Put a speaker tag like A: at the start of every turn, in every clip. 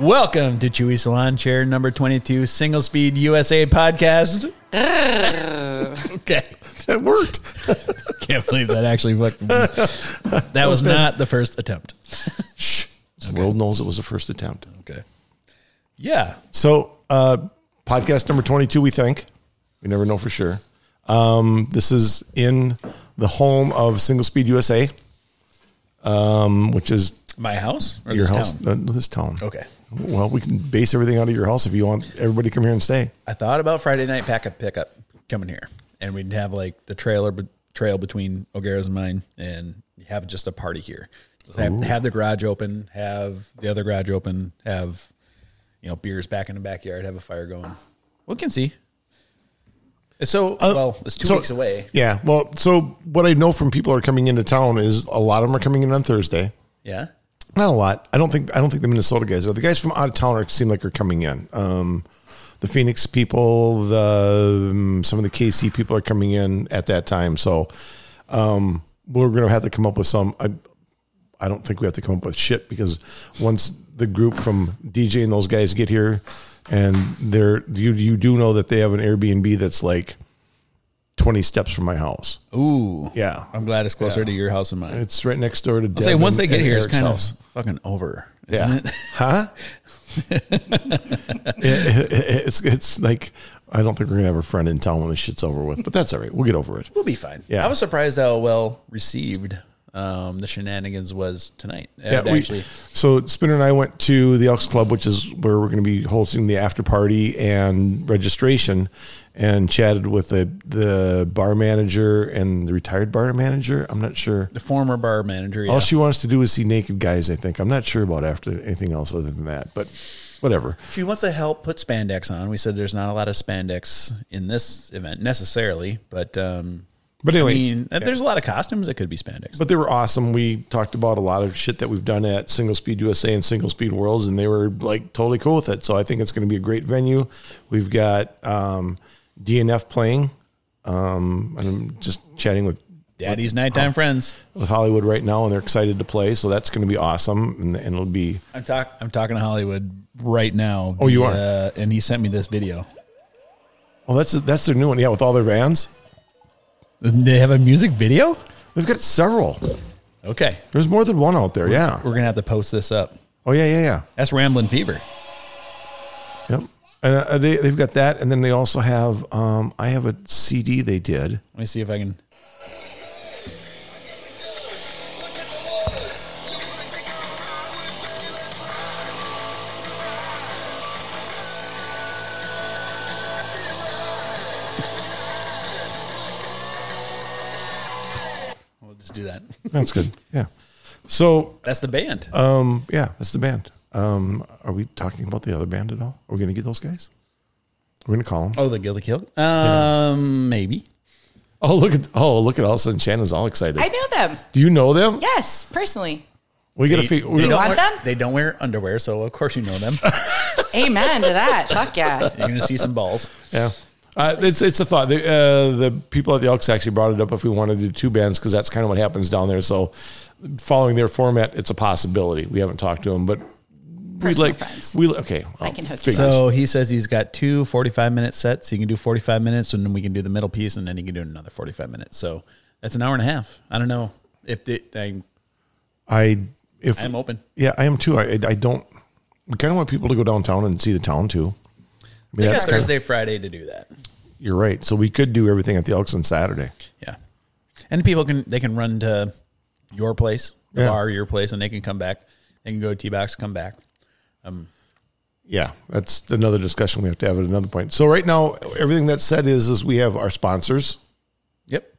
A: Welcome to Chewy Salon Chair number 22 Single Speed USA podcast. okay.
B: That worked.
A: Can't believe that actually fucking. That was not the first attempt.
B: Shh. The world knows it was a first attempt.
A: Okay. Yeah.
B: So, uh, podcast number 22, we think. We never know for sure. Um, this is in the home of Single Speed USA, um, which is
A: My house or
B: your
A: this
B: house,
A: town?
B: uh, this town.
A: Okay.
B: Well, we can base everything out of your house if you want everybody to come here and stay.
A: I thought about Friday night pack a pickup coming here, and we'd have like the trailer be- trail between O'Gara's and mine, and have just a party here. Just have, have the garage open, have the other garage open, have you know beers back in the backyard, have a fire going. We can see. It's So well, it's two
B: Uh, so-
A: weeks away.
B: Yeah. Well, so what I know from people who are coming into town is a lot of them are coming in on Thursday.
A: Yeah,
B: not a lot. I don't think I don't think the Minnesota guys are. The guys from out of town are, seem like are coming in. Um, the Phoenix people, the um, some of the KC people are coming in at that time. So um, we're going to have to come up with some. I, I don't think we have to come up with shit because once the group from DJ and those guys get here, and they're you you do know that they have an Airbnb that's like twenty steps from my house.
A: ooh,
B: Yeah,
A: I'm glad it's closer to your house than mine.
B: it's right next door to.
A: I'll say
B: Deb
A: once
B: and-
A: they get
B: and
A: here, it's
B: Eric's
A: kind
B: house.
A: of fucking over, isn't
B: Yeah.
A: it?
B: Huh? It- it- it's it's like I don't think we're gonna have a friend in town when this shit's over with, but that's all right. We'll get over it.
A: We'll be fine.
B: Yeah.
A: I was surprised how well received um, the shenanigans was tonight.
B: Yeah,
A: And
B: we,
A: actually,
B: so Spinner and I went to the Elks Club, which is where we're going to be hosting the after party and registration, and chatted with the the bar manager and the retired bar manager. I'm not sure.
A: the former bar manager. Yeah.
B: All she wants to do is see naked guys. I think I'm not sure about after anything else other than that, but whatever.
A: she wants to help put spandex on. We said there's not a lot of spandex in this event necessarily, but um,
B: But
A: I
B: anyway,
A: mean, there's a lot of costumes that could be spandex.
B: But they were awesome. We talked about a lot of shit that we've done at Single Speed USA and Single Speed Worlds, and they were like totally cool with it. So I think it's going to be a great venue. We've got um, DNF playing. Um, and I'm just chatting with
A: Daddy's
B: Oh.
A: nighttime friends.
B: with Hollywood right now, and they're excited to play. So that's going to be awesome, and, and it'll be
A: I'm talk. I'm talking to Hollywood right now.
B: Oh, you are?
A: Uh, and he sent me this video.
B: oh, that's that's their new one. Yeah, with all their vans,
A: They have a music video.
B: they've got several.
A: Okay,
B: There's more than one out there. Yeah.
A: we're gonna have to post this up.
B: Oh yeah, yeah, yeah.
A: That's Ramblin' Fever.
B: Yep. And uh, they they've got that, and then they also have um, I have a CD they did.
A: Let me see if I can. We'll just do that.
B: That's good. Yeah. So
A: That's the band.
B: Um, yeah, that's the band. Um, are we talking about the other band at all? Are we going to get those guys? We're going to call them.
A: oh, the Guilty Kill. Um, maybe.
B: Oh, look at oh, look at all of a sudden Shannon's all excited.
C: I know them.
B: Do you know them?
C: Yes, personally.
B: We got to figure.
A: They
B: we-
A: don't
C: want
A: wear-
C: them?
A: They don't wear underwear, so of course you know them.
C: Amen to that. Fuck yeah.
A: You're gonna see some balls.
B: Yeah. Uh, it's it's a thought. The, uh, the people at the Elks actually brought it up if we wanted to do two bands because that's kind of what happens down there. So, following their format, it's a possibility. We haven't talked to them, but we'd
C: Personal
B: like
C: friends.
B: we okay.
C: I can hook you up.
A: So he says he's got two 45 minute sets. He can do 45 minutes and then we can do the middle piece and then he can do another 45 minutes. So that's an hour and a half. I don't know if the, I,
B: I if
A: I'm open.
B: Yeah, I am too. I, I I don't. We kind of want people to go downtown and see the town too. I mean,
A: They got
B: that's kind
A: Thursday, Friday to do that.
B: you're right. So we could do everything at the Elks on Saturday.
A: Yeah. And people can, they can run to your place, the
B: Yeah.
A: bar, your place, and they can come back. They can go to T-Box, come back.
B: Yeah, that's another discussion we have to have at another point. So right now, everything that's said is is we have our sponsors,
A: Yep.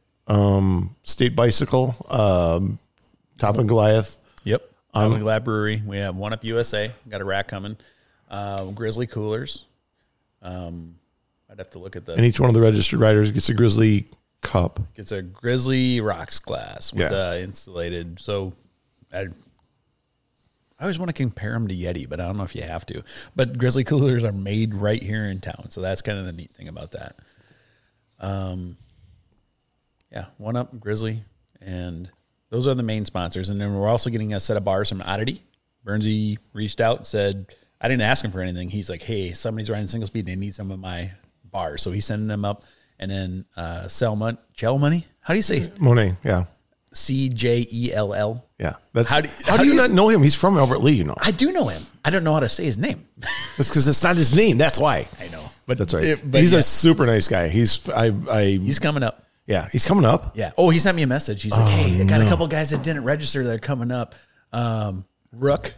B: State Bicycle, um, Top and Goliath.
A: Yep. Um, Glad Brewery. We have One Up USA. Got a rack coming. Uh, Grizzly Coolers. Um, I'd have to look at the.
B: And each one of the registered riders gets a Grizzly Cup.
A: It's a Grizzly Rocks glass with
B: Yeah.
A: uh, insulated. So I, I always want to compare them to Yeti, but I don't know if you have to. But Grizzly coolers are made right here in town, so that's kind of the neat thing about that. Um, yeah, one up Grizzly, and those are the main sponsors. And then we're also getting a set of bars from Oddity. Bernsey reached out and said, I didn't ask him for anything. He's like, hey, somebody's riding single speed and they need some of my bars. So he's sending them up. And then uh, sell money, gel money. How do you say
B: Monet, yeah.
A: C J E L L?
B: Yeah. That's
A: How
B: how
A: do-
B: do,
A: how do
B: you
A: you-
B: not know him? He's from Albert Lee, you know.
A: I do know him. I don't know how to say his name.
B: That's because it's not his name. That's why.
A: I know, but
B: That's right.
A: it- but
B: he's
A: yeah,
B: a super nice guy. He's I I
A: he's coming up.
B: yeah. Oh, He's coming up.
A: Yeah. Oh, he sent me a message. He's like, hey, I got a couple guys that didn't register that are coming up. Um, Rook.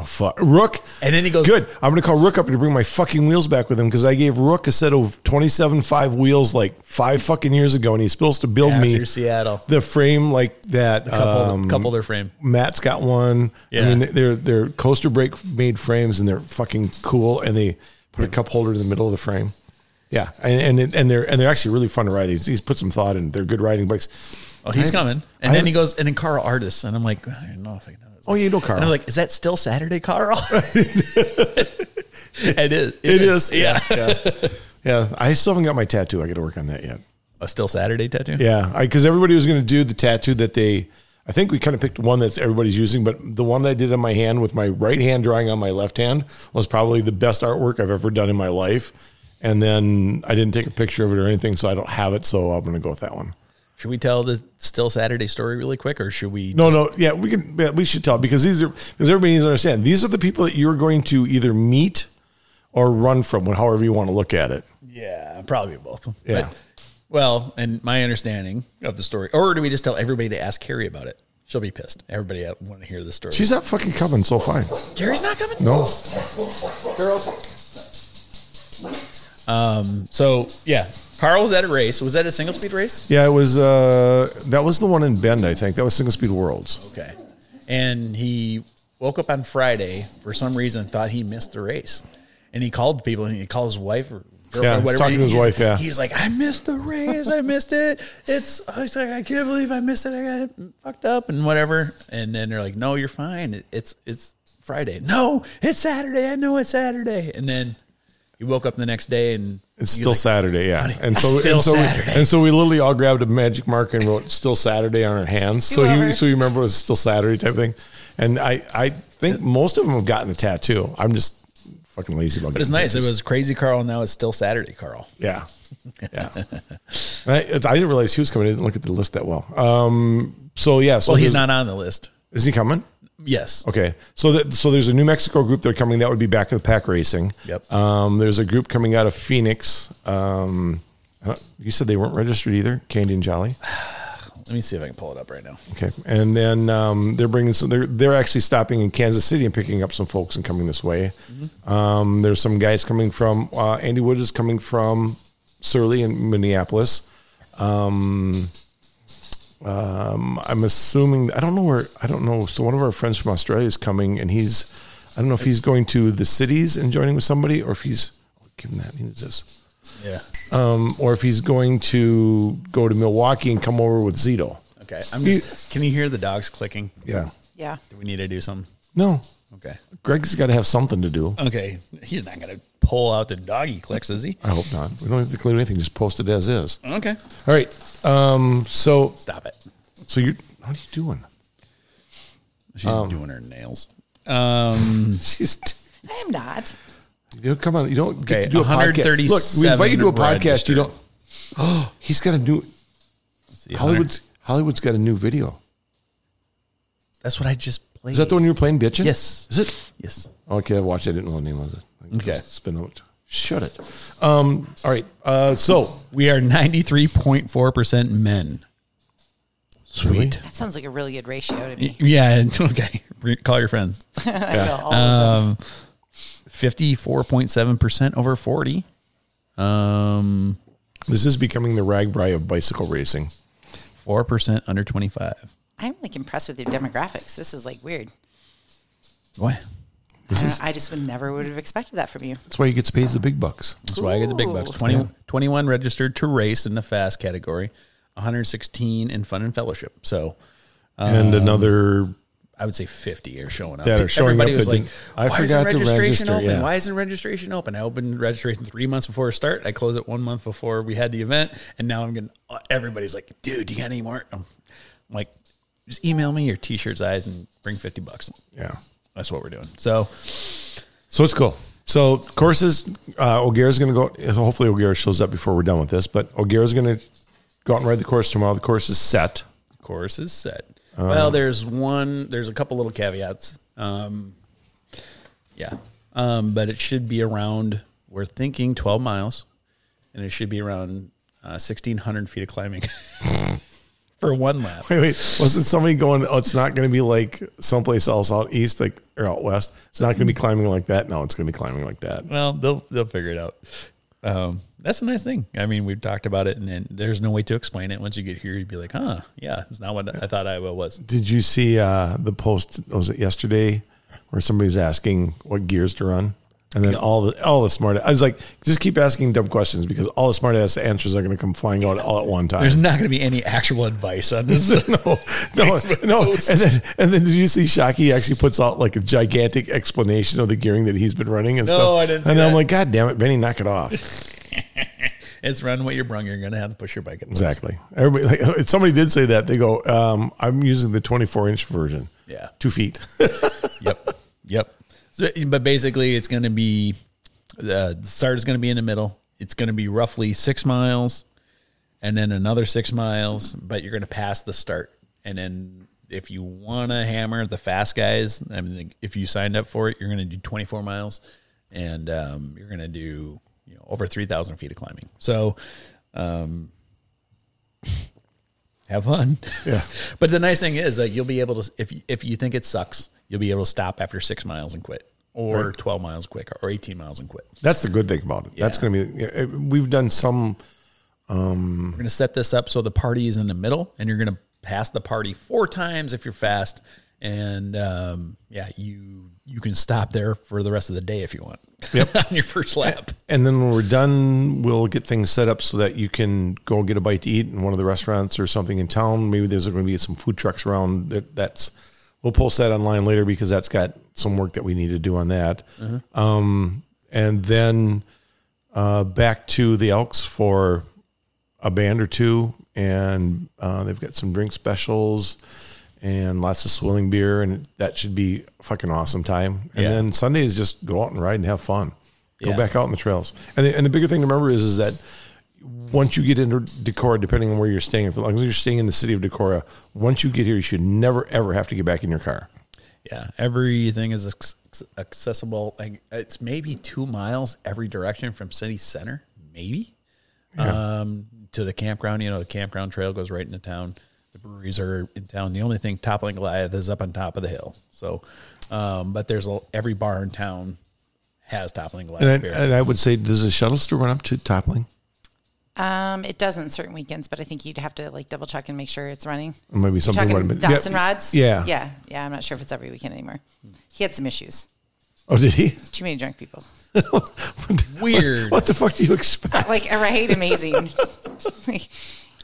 B: Oh fuck, Rook.
A: And then he goes-
B: "Good. I'm gonna call Rook up and bring my fucking wheels back with him because I gave Rook a set of 27 five wheels like five fucking years ago, and he's supposed to build
A: After
B: me
A: Seattle.
B: the frame like that.
A: Couple,
B: um,
A: couple their frame.
B: Matt's got one.
A: Yeah.
B: I mean, they're they're coaster brake made frames, and they're fucking cool. And they put a cup holder in the middle of the frame. Yeah, and and, it, and they're and they're actually really fun to ride. He's, he's put some thought in. They're good riding bikes.
A: Oh, he's
B: I haven't-
A: coming.
B: I
A: And then he
B: haven't-
A: goes, and then Carl Artist. And I'm like, I don't know if I know this.
B: Oh, you know Carl.
A: And I'm like, is that still Saturday, Carl? it is.
B: It is.
A: Yeah.
B: Yeah, I still haven't got my tattoo. I got to work on that yet.
A: A still Saturday tattoo?
B: Yeah, because everybody was going to do the tattoo that they. I think we kind of picked one that's everybody's using, but the one that I did on my hand with my right hand drawing on my left hand was probably the best artwork I've ever done in my life. And then I didn't take a picture of it or anything, so I don't have it. So I'm going to go with that one.
A: Should we tell the still Saturday story really quick or should we?
B: No, no, yeah, we can. Yeah, we should tell because these are because everybody needs to understand these are the people that you're going to either meet or run from, however you want to look at it.
A: Yeah, probably both.
B: Yeah.
A: well, and my understanding of the story, or do we just tell everybody to ask Carrie about it? She'll be pissed. Everybody want to hear the story.
B: She's not fucking coming, so fine.
A: Carrie's not coming.
B: No,
A: So yeah, Carl was at a race. Was that a single speed race?
B: yeah, it was uh that was the one in Bend, I think. That was Single Speed Worlds.
A: Okay. And he woke up on Friday for some reason, thought he missed the race, and he called people and he called his wife or. girlfriend,
B: Yeah, he's talking to his
A: He's-
B: wife, yeah.
A: he's like, I missed the race. I missed it. It's. He's like, I can't believe I missed it. I got fucked up and whatever. And then they're like, No, you're fine. It- It's it's Friday. No, it's Saturday. I know it's Saturday. And then he woke up the next day and
B: It's
A: he's
B: still
A: like,
B: Saturday, yeah. And so,
A: still
B: and, so
A: Saturday.
B: We, and so we literally all grabbed a magic marker and wrote "Still Saturday" on our hands. So you
C: Whoever.
B: so you remember it was still Saturday type thing. And I I think most of them have gotten a tattoo. I'm just fucking lazy about.
A: But it's nice. It was crazy Carl. Now it's still Saturday, Carl.
B: yeah, yeah. And I, I didn't realize he was coming. I didn't look at the list that well. Um. So yeah. So
A: Well, he's
B: there's-
A: not on the list.
B: Is he coming?
A: Yes.
B: Okay, so that so there's a New Mexico group that are coming. That would be back of the pack racing.
A: Yep.
B: Um, there's a group coming out of Phoenix. Um, uh, you said they weren't registered either, Candy and Jolly.
A: Let me see if I can pull it up right now.
B: Okay, and then um, they're bringing some. They're they're actually stopping in Kansas City and picking up some folks and coming this way. Um, there's some guys coming from uh, Andy Wood is coming from Surly in Minneapolis. Um, um, I'm assuming I don't know where I don't know. So one of our friends from Australia is coming, and he's I don't know if he's going to the cities and joining with somebody, or if he's give him that. He needs this
A: Yeah.
B: or if he's going to go to Milwaukee and come over with Zito.
A: Okay. I'm just. Can you hear the dogs clicking?
B: Yeah.
C: Yeah.
A: Do we need to do something?
B: No.
A: Okay.
B: Greg's got to have something to do.
A: Okay. He's not gonna pull out the doggy clicks, is he?
B: I hope not. We don't have to clean anything. Just post it as is.
A: Okay.
B: All right. Um. So
A: Stop it.
B: so you what are you doing?
A: She's doing her nails. Um.
B: She's
C: I am not.
B: you don't come on. You don't get
A: Okay,
B: to do a podcast. Look, we invite you to a
A: 137
B: podcast. You don't. Oh, he's got a new
A: see,
B: Hollywood's. Hollywood's got a new video.
A: That's what I just played.
B: Is that the one you were playing, bitching?
A: Yes.
B: Is it?
A: Yes.
B: Okay, I watched. it. I didn't know the name of it. I
A: Okay.
B: just Spin out. Shut it. Um. All right. Uh. So
A: We are ninety three point four percent men.
B: really?
A: Sweet.
C: That sounds like a really good ratio to me.
A: Yeah. Okay. Re- Call your friends.
C: I feel all
A: Uh,
C: of them.
A: Fifty four point seven percent over forty. Um.
B: This is becoming the ragbri of bicycle racing.
A: Four percent under twenty five.
C: I'm like impressed with your demographics. This is like weird.
A: What?
C: I, don't- I just would never would have expected that from you.
B: That's why you get paid the big bucks.
A: That's why I get the big bucks.
C: Ooh.
A: 20, 21 registered to race in the fast category, 116 in fun and fellowship. So Uh,
B: and another
A: I would say 50 are showing up.
B: That are showing
A: Everybody
B: up
A: was
B: that
A: like,
B: didn't- I
A: why isn't
B: forgot to
A: registration
B: register,"
A: open?
B: yeah.
A: Why isn't registration open? I opened registration three months before start. I closed it one month before we had the event. And now I'm getting, everybody's like, dude, do you got any more? I'm like, just email me your t-shirts, eyes, and bring 50 bucks.
B: yeah
A: That's what we're doing. So
B: So it's cool. So courses, uh, O'Gara's going to go. Hopefully, O'Gara shows up before we're done with this. But O'Gara's going to go out and ride the course tomorrow. The course is set.
A: course is set. well, there's one. There's a couple little caveats. Um, yeah, um, but it should be around. We're thinking 12 miles, and it should be around uh, 1,600 feet of climbing for one lap.
B: Wait, wait. Wasn't somebody going? Oh, it's not going to be like someplace else out east, like or out west. It's not going to be climbing like that. No, it's going to be climbing like that.
A: Well, they'll they'll figure it out. Um, that's a nice thing. I mean, we've talked about it, and, and there's no way to explain it. Once you get here, you'd be like, "Huh, yeah, it's not what I thought Iowa was."
B: Did you see uh, the post? Was it yesterday, where somebody's asking what gears to run, and then all the all the smart. I was like, just keep asking dumb questions because all the smart ass answers are going to come flying out all at one time.
A: There's not going to be any actual advice on this.
B: no, no, no. And then, and then, did you see Shockey actually puts out like a gigantic explanation of the gearing that he's been running and
A: No,
B: stuff?
A: I didn't see
B: and I'm
A: that.
B: like, God damn it, Benny, knock it off.
A: it's run what you're brung. You're going to have to push your bike. At exactly.
B: Exactly. Everybody, like, if somebody did say that, they go, um, "I'm using the 24 inch version."
A: Yeah.
B: two feet.
A: yep. Yep. So, but basically, it's going to be uh, the start is going to be in the middle. It's going to be roughly six miles, and then another six miles. But you're going to pass the start, and then if you want to hammer the fast guys, I mean, if you signed up for it, you're going to do 24 miles, and um, you're going to do you know over 3,000 feet of climbing. So. Um, have fun.
B: Yeah.
A: But the nice thing is, like, you'll be able to if if you think it sucks, you'll be able to stop after six miles and quit, or twelve miles quick, or eighteen miles and quit.
B: That's the good thing about it. That's
A: Yeah.
B: going to be. yeah, it- We've done some.
A: We're gonna set this up so the party is in the middle, and you're gonna pass the party four times if you're fast, and um, yeah, you you can stop there for the rest of the day if you want on your first lap.
B: And then when we're done, we'll get things set up so that you can go get a bite to eat in one of the restaurants or something in town. Maybe there's going to be some food trucks around. That, that's we'll post that online later because that's got some work that we need to do on that. Um, and then uh, back to the Elks for a band or two, and uh, they've got some drink specials and lots of swilling beer, and that should be a fucking awesome time. And
A: Yeah.
B: then Sunday is just go out and ride and have fun. Go
A: Yeah.
B: back out on the trails. And the, and the bigger thing to remember is is that once you get into Decorah, depending on where you're staying, if as long as you're staying in the city of Decorah, once you get here, you should never ever have to get back in your car.
A: Yeah, everything is ac- accessible. Like it's maybe two miles every direction from city center, maybe um, to the campground. You know, the campground trail goes right into town. The breweries are in town. The only thing, Toppling Goliath, is up on top of the hill. So, um, but there's a, every bar in town has Toppling
B: And I,
A: Goliath beer.
B: and I would say, does the shuttle still run up to Toppling?
C: Um, it doesn't certain weekends, but I think you'd have to like double check and make sure it's running.
B: Maybe
C: You're
B: something
C: talking
B: would have been.
C: dots
B: yeah.
C: and rods.
B: Yeah.
C: yeah, yeah. I'm not sure if it's every weekend anymore. He had some issues.
B: Oh, did he?
C: Too many drunk people.
A: Weird.
B: What the fuck do you expect?
C: Like, all right, amazing. Like,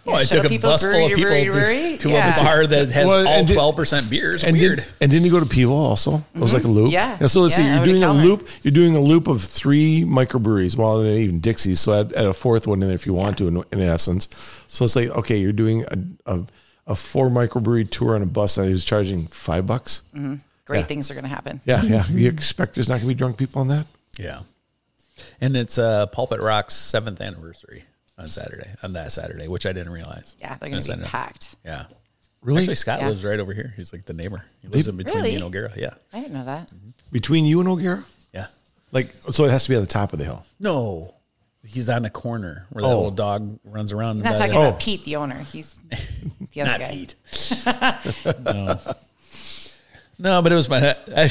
A: Oh, I
C: shuttle
A: took a bus full of people
C: brewery,
A: to,
C: brewery.
A: to
C: yeah.
A: a bar that has
B: Well,
A: all
B: and did-
A: twelve percent beers.
B: And
A: Weird. Mm-hmm.
B: Did, and didn't you go to Peeville also? It was like a loop.
C: Yeah.
B: so let's see. You're
C: Yeah, over to
B: doing a
C: Calvin.
B: loop. You're doing a loop of three microbreweries. Well, and even Dixie's. So add, add a fourth one in there if you want to, in, in essence. So it's like okay, you're doing a, a a four microbrewery tour on a bus, and he was charging five bucks.
A: Mm-hmm.
C: Great things are going to happen.
B: Yeah, yeah. You expect there's not going to be drunk people on that?
A: Yeah. And it's uh, Pulpit Rock's seventh anniversary on Saturday, on that Saturday, which I didn't realize.
C: Yeah, they're
A: On
C: going to be
A: Saturday.
C: packed.
A: Yeah.
B: Really?
A: Actually, Scott
C: Yeah.
A: lives right over here. He's like the neighbor. He lives in between me and
C: Really?
A: O'Gara. Yeah.
C: I didn't know that.
B: Mm-hmm. Between you and O'Gara?
A: Yeah.
B: Like, so it has to be on the top of the hill.
A: No. He's on the corner where that
B: Oh.
A: little dog runs around.
C: He's not talking
B: Oh.
C: about Pete, the owner. He's the other
A: Not
C: guy.
A: Pete. no. No, but it was fun. I, I,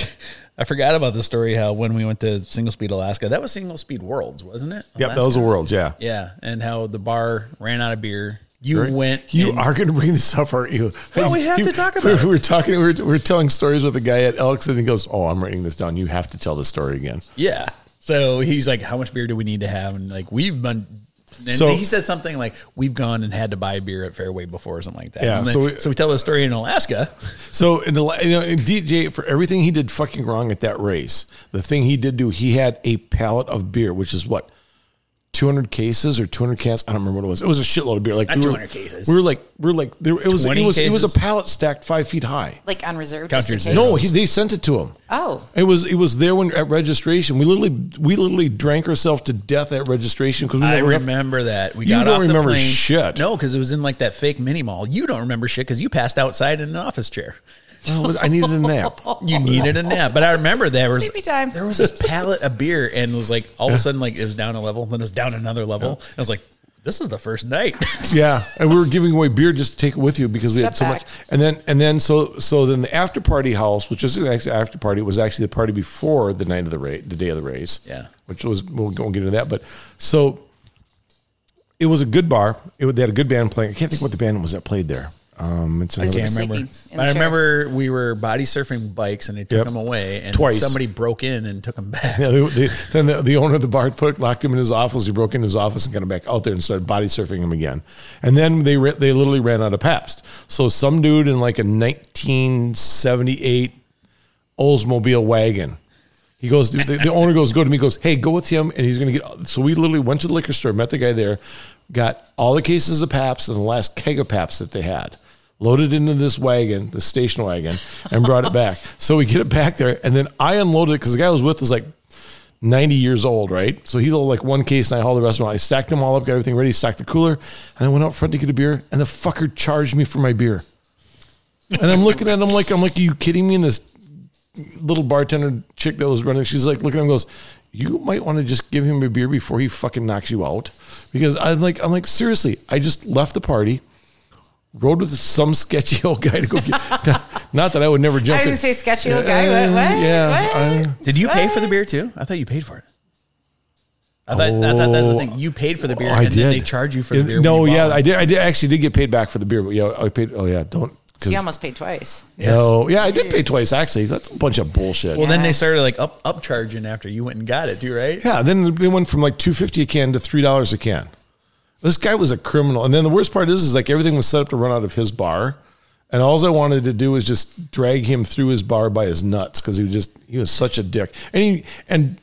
A: I forgot about the story how when we went to Single Speed Alaska, that was Single Speed Worlds, wasn't it?
B: Yep, that was
A: Alaska?
B: the world. Yeah.
A: Yeah. And how the bar ran out of beer. You
B: Right?
A: went.
B: You
A: and-
B: are going to bring this up, aren't you?
A: Well, we have
B: You-
A: to talk about
B: we-
A: it.
B: We were talking. We were, we were telling stories with a guy at Elks, and he goes, "Oh, I'm writing this down. You have to tell the story again."
A: Yeah. So he's like, "How much beer do we need to have?" And like, we've been. And
B: So-
A: he said something like, "We've gone and had to buy beer at Fairway before, or something like that."
B: Yeah,
A: And then-
B: so
A: so,
B: we-
A: we, tell the story in Alaska.
B: So, in the, la- you know, in DJ for everything he did fucking wrong at that race, the thing he did do, he had a pallet of beer, which is what 200 cases or 200 cans. I don't remember what it was. It was a shitload of beer. Like
A: Not
B: we were-
A: 200 cases.
B: We were like, we were like, there, it was, it
A: 20
B: was, it was
A: cases?
B: a pallet stacked five feet high.
C: Like unreserved.
A: Count
C: Just in
A: yours
C: case.
A: in.
B: No, he, they sent it to him.
C: Oh,
B: It was it was there when at registration. We literally we literally drank ourselves to death at registration because we
A: I
B: never left.
A: remember that. We
B: You
A: got
B: don't
A: off
B: remember
A: the plane.
B: shit.
A: No, because it was in like that fake mini mall. You don't remember shit because you passed outside in an office chair.
B: Oh, I needed a nap.
A: You needed a nap, but I remember there was
C: Sleepy time.
A: There was this pallet of beer, and it was like all of a sudden, like it was down a level, then it was down another level. And I was like, "This is the first night."
B: Yeah, and we were giving away beer just to take it with you because we had
C: Step
B: so
C: back.
B: much. And then and then so so then the after party house, which is actually after party, was actually the party before the night of the race, the day of the race.
A: Yeah.
B: which was we'll go and get into that. But so it was a good bar. It, was- they had a good band playing. I can't think what the band was that played there. Um, it's
C: Was
B: another-
C: it
A: I remember.
C: Sleeping in the
A: I
C: chair.
A: remember we were body surfing bikes, and they took
B: Yep.
A: them away, and
B: Twice.
A: somebody broke in and took them back.
B: Yeah, they, they, then the, the owner of the bar put locked him in his office. He broke into his office and got him back out there and started body surfing him again. And then they ra- they literally ran out of Pabst. So some dude in like a 1978 Oldsmobile wagon. He goes. The, the owner goes. Go to me. Goes. Hey, go with him, and he's going to get. So we literally went to the liquor store, met the guy there, got all the cases of Paps and the last keg of Paps that they had, loaded into this wagon, the station wagon, and brought it back. So we get it back there, and then I unloaded it because the guy I was with is like 90 years old, right? So he loaded like one case and I hauled the rest of them. out. I stacked them all up, got everything ready, stacked the cooler, and I went out front to get a beer, and the fucker charged me for my beer. And I'm looking at him like, I'm like, are you kidding me? And this little bartender chick that was running, she's like, looking at him, goes, you might want to just give him a beer before he fucking knocks you out. Because I'm like, I'm like, seriously, I just left the party, rode with some sketchy old guy to go get, not that I would never
C: I
B: jump
C: was
B: in.
C: gonna say sketchy old guy. What? what?
B: Uh, yeah,
C: What?
A: Did you pay for the beer too? I thought you paid for it. I thought, I thought that's the thing. You paid for the beer,
B: Oh,
A: and then they charge you for the
B: It-
A: beer. when
B: No,
A: you bought
B: yeah,
A: one.
B: I did. I did actually did get paid back for the beer, but yeah, I paid. Oh yeah, don't.
C: So
B: Cause,
C: you almost paid twice.
B: No, yeah, I did pay twice. Actually, that's a bunch of bullshit.
A: Well, then
C: Yeah.
A: they started like up upcharging after you went and got it too, right?
B: yeah, then they went from like two fifty a can to three dollars a can. This guy was a criminal, and then the worst part is, is like everything was set up to run out of his bar, and all I wanted to do was just drag him through his bar by his nuts because he was just he was such a dick, and he and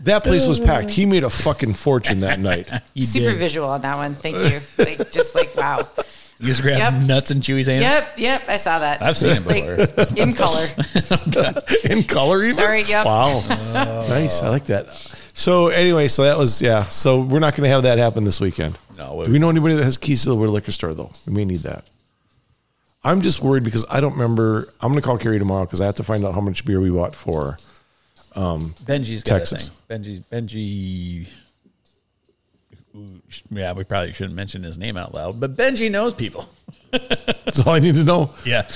B: that place was packed. He made a fucking fortune that night.
A: You
C: Super
A: did.
C: visual on that one. Thank you. Like just like wow.
A: You just grabbed
C: Yep.
A: nuts and chewy's hands.
C: Yep, yep. I saw that.
A: I've seen it
C: Like, in color.
B: in color even.
C: Sorry, yep.
B: Wow, nice. I like that. So anyway, so that was yeah. So we're not going to have that happen this weekend.
A: No, we-
B: Do we know anybody that has keys to the liquor store though? We may need that. I'm just worried because I don't remember. I'm going to call Carrie tomorrow because I have to find out how much beer we bought for.
A: Benji's got
B: Texas.
A: that thing. Benji, Benji. Yeah, we probably shouldn't mention his name out loud, but Benji knows people.
B: That's all I need to know.
A: Yeah.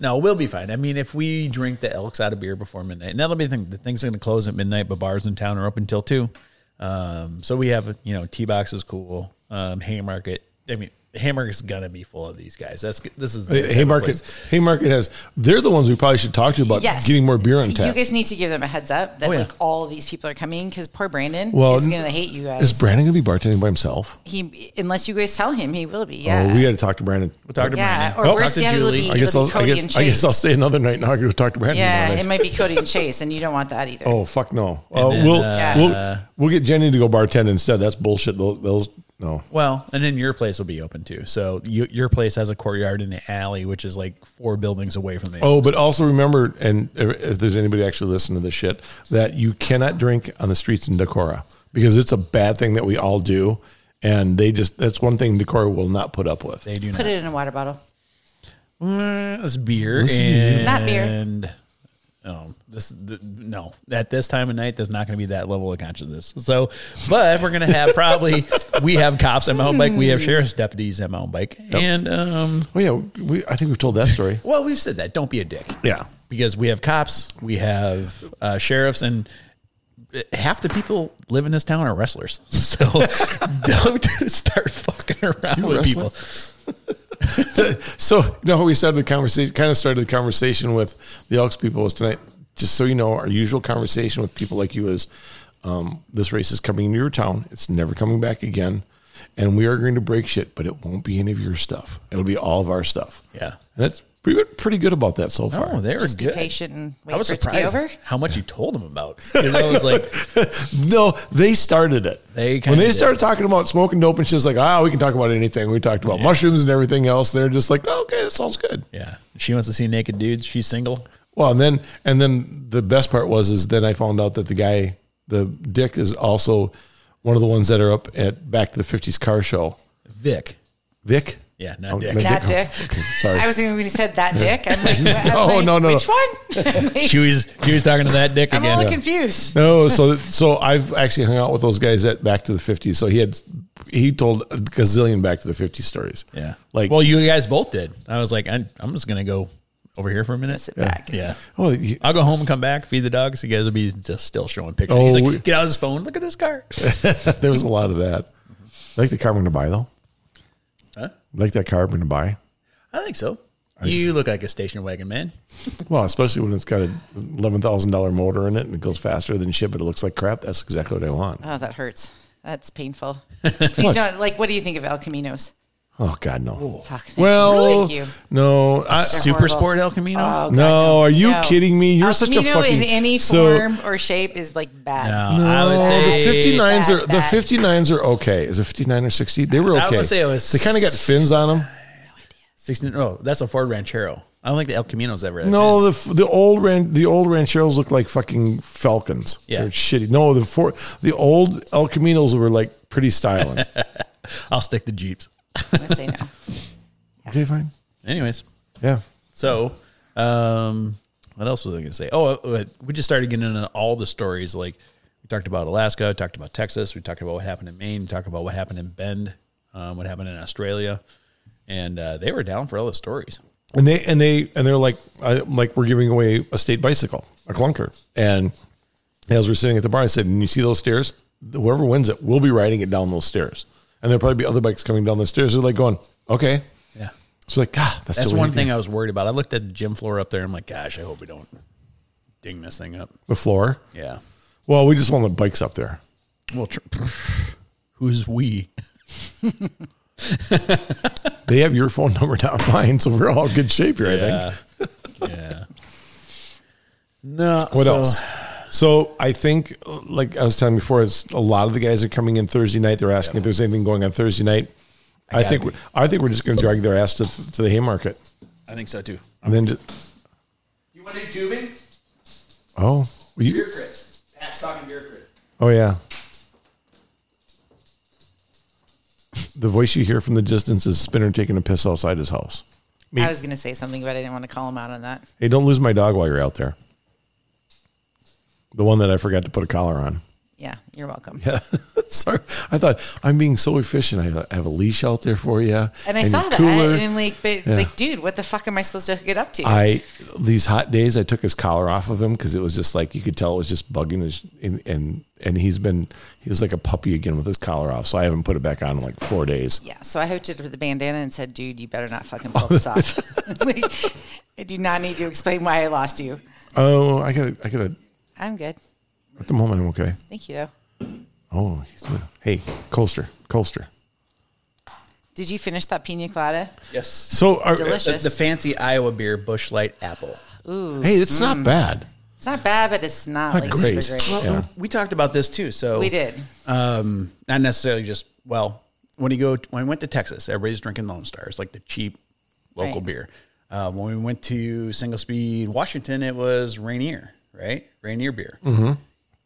A: No, we'll be fine. I mean, if we drink the elks out of beer before midnight, and that'll be the thing. The thing's going to close at midnight, but bars in town are open till two. Um, so we have, you know, T box is cool. Um, Haymarket. I mean, Haymarket's gonna be full of these guys. That's this is the
B: Haymarket, Haymarket has. They're the ones we probably should talk to about
C: Yes.
B: getting more beer on
C: You
B: tap.
C: guys need to give them a heads up that
A: Oh, yeah.
C: like all of these people are coming because poor Brandon
B: Well,
C: is gonna hate you guys.
B: Is Brandon going to be bartending by himself?
C: he unless you guys tell him, he will be. Yeah.
B: Oh, we got to talk to Brandon.
A: We'll talk to
C: yeah.
A: Brandon.
C: Or
A: We'll
C: worse
A: talk
C: yet,
A: to
C: it'll
A: Julie.
C: be,
B: I guess
C: it'll be
B: I'll. I
C: Cody and
B: guess,
C: Chase.
B: I guess I'll stay another night. Now I got to talk to Brandon.
C: yeah,
B: about
C: it might be Cody and Chase, and you don't want that either.
B: Oh fuck no! Uh,
A: then,
B: we'll
A: uh,
B: we'll we'll get Jenny to go bartend instead. That's bullshit. Those, those no.
A: Well, and then your place will be open too. So you, your place has a courtyard in the alley, which is like four buildings away from the.
B: Oh, but also remember, and if if there's anybody actually listening to this shit, that you cannot drink on the streets in Decorah because it's a bad thing that we all do, and they just that's one thing Decorah will not put up with.
A: they do
C: Put
A: not.
C: it in a water bottle.
A: Mm, It's beer
B: Listen to you.
A: and
C: Not beer.
A: Um, this the, no at this time of night, there's not going to be that level of consciousness. So, but we're going to have probably we have cops at mountain bike, we have sheriff's deputies at mountain bike, and um,
B: Oh yeah, we, I think we've told that story.
A: well, we've said that. Don't be a dick.
B: Yeah,
A: because we have cops, we have uh, sheriffs, and eh, half the people live in this town are wrestlers. So don't start fucking around
B: You
A: with
B: wrestling?
A: people.
B: So, you know how we started the conversation, kind of started the conversation with the Elks people was tonight, just so you know, our usual conversation with people like you is um, this race is coming into your town. It's never coming back again. And we are going to break shit, but it won't be any of your stuff. It'll be all of our stuff.
A: Yeah.
B: And that's We've been pretty good about that so far.
A: Oh, they were
C: Just be
A: good.
C: patient and wait
A: I was
C: for it to be
A: surprised
C: over.
A: how much you told them about. 'Cause I was like,
B: No, they started it.
A: They
B: when
A: kinda
B: they
A: did.
B: started talking about smoking dope and shit's like, ah, we can talk about anything. We talked about mushrooms and everything else. They're just like, oh, okay, that sounds good.
A: yeah, she wants to see naked dudes. She's single.
B: Well, and then and then the best part was is then I found out that the guy, the Dick, is also one of the ones that are up at Back to the Fifties car show.
A: Vic.
B: Oh, Vic.
A: Yeah, not Dick.
B: not
C: That dick.
B: Okay, sorry.
C: I was even when you said that dick. I'm like,
B: No,
C: oh
B: no, no, no.
C: Which one? I'm, like,
A: She was she was talking to that dick
C: I'm a
A: again.
C: little confused.
B: No, so so I've actually hung out with those guys at Back to the Fifties. So he had he told a gazillion Back to the Fifties stories.
A: Yeah.
B: like
A: well, you guys both did. I was like, I'm, I'm just gonna go over here for a minute.
C: Sit back.
A: Yeah.
B: oh, he-
A: I'll go home and come back, feed the dogs. You guys will be just still showing pictures. He's
B: Oh,
A: like,
B: we-
A: get out of his phone. Look at this car.
B: there was a lot of that. Like the car I'm going to buy though. Like that car I'm going to buy.
A: I think so. you look like a station wagon man.
B: Well, especially when it's got a eleven thousand dollar motor in it and it goes faster than shit, but it looks like crap. That's exactly what I want.
C: Oh, that hurts. That's painful. Please don't. Like, what do you think of El Caminos?
B: Oh God, no.
C: Fuck. thank you.
B: Well,
C: Really cute.
B: no, I,
A: Super
C: horrible.
A: Sport El Camino.
C: Oh, God,
B: no. Are you
C: No.
B: kidding me? You're
C: El
B: such a
C: Camino
B: fucking
C: in any
B: so-
C: form or shape is like bad.
A: Uh, I would
B: Oh, the
A: say
B: 59s are
C: that-
B: the
C: that-
B: 59s are okay. Is it 59 or 60? They were
A: I would
B: okay.
A: say it was-
B: they kind of got fins on them.
A: 16. Oh, that's a Ford Ranchero. I don't think the El Camino's ever. had fins.
B: No, the f- the old ran the old rancheros look like fucking falcons.
A: Yeah.
B: They're shitty. No, the four the old El Caminos were like pretty styling.
A: I'll stick to Jeeps.
C: I'm gonna say no.
B: okay, fine.
A: Anyways,
B: Yeah.
A: so um, what else was I going to say? Oh, uh, we just started getting into all the stories. Like we talked about Alaska, we talked about Texas, we talked about what happened in Maine, we talked about what happened in Bend, um, what happened in Australia, and uh, they were down for all the stories.
B: And they and they and they're like I, like we're giving away a state bicycle, a clunker. And as we're sitting at the bar, I said, "And you see those stairs? Whoever wins it, will be riding it down those stairs." And there'll probably be other bikes coming down the stairs. They're like going, "Okay."
A: Yeah,
B: So like, God, that's,
A: that's
B: the way
A: one
B: to
A: thing
B: do it."
A: I was worried about. I looked at the gym floor up there. I'm like, gosh, I hope we don't ding this thing up.
B: The floor.
A: Yeah.
B: Well, we just want the bikes up there.
A: Well, tr- who's we?
B: They have your phone number down mine, so we're all in good shape here. I think.
A: yeah. No.
B: What
A: so-
B: else? So I think, like I was telling before, it's a lot of the guys are coming in Thursday night. They're asking if there's anything going on Thursday night. I, think we're, I think we're just going to drag their ass to, to the Haymarket
A: I think so too.
B: and then. Just,
D: You want to do tubing?
B: oh, well, you,
D: Beer crit. Pat's talking beer crit.
B: oh yeah. The voice you hear from the distance is Spinner taking a piss outside his house.
C: I was gonna say something, but I didn't want to call him out on that.
B: Hey, don't lose my dog while you're out there. The one that I forgot to put a collar on.
C: Yeah, you're welcome.
B: Sorry, I thought I'm being so efficient. I ha- I have a leash out there for you,
C: And I saw that, and I'm like, but like, dude, what the fuck am I supposed to get up to?
B: I these hot days, I took his collar off of him because it was just like you could tell it was just bugging his and and and he's been he was like a puppy again with his collar off. So I haven't put it back on in like four days.
C: yeah, so I hooked it with the bandana and said, dude, you better not fucking pull this off. like, I do not need to explain why I lost you.
B: Oh, I got I got to
C: I'm good.
B: at the moment I'm okay.
C: Thank you though.
B: Oh, he's with hey Colster Colster.
C: Did you finish that pina colada?
A: Yes.
B: So uh, are,
C: Delicious.
A: The, the fancy Iowa beer, Bush Light Apple.
B: hey, it's not bad.
C: It's not bad, but it's not
B: Not
C: Mm. like
B: great.
C: super great.
A: Well,
B: Yeah.
A: we talked about this too. So
C: we did.
A: Um, not necessarily just well. When you go, when I went to Texas, everybody's drinking Lone Star. It's like the cheap local
C: Right.
A: beer. Uh, when we went to Single Speed Washington, it was Rainier, right? Rainier beer.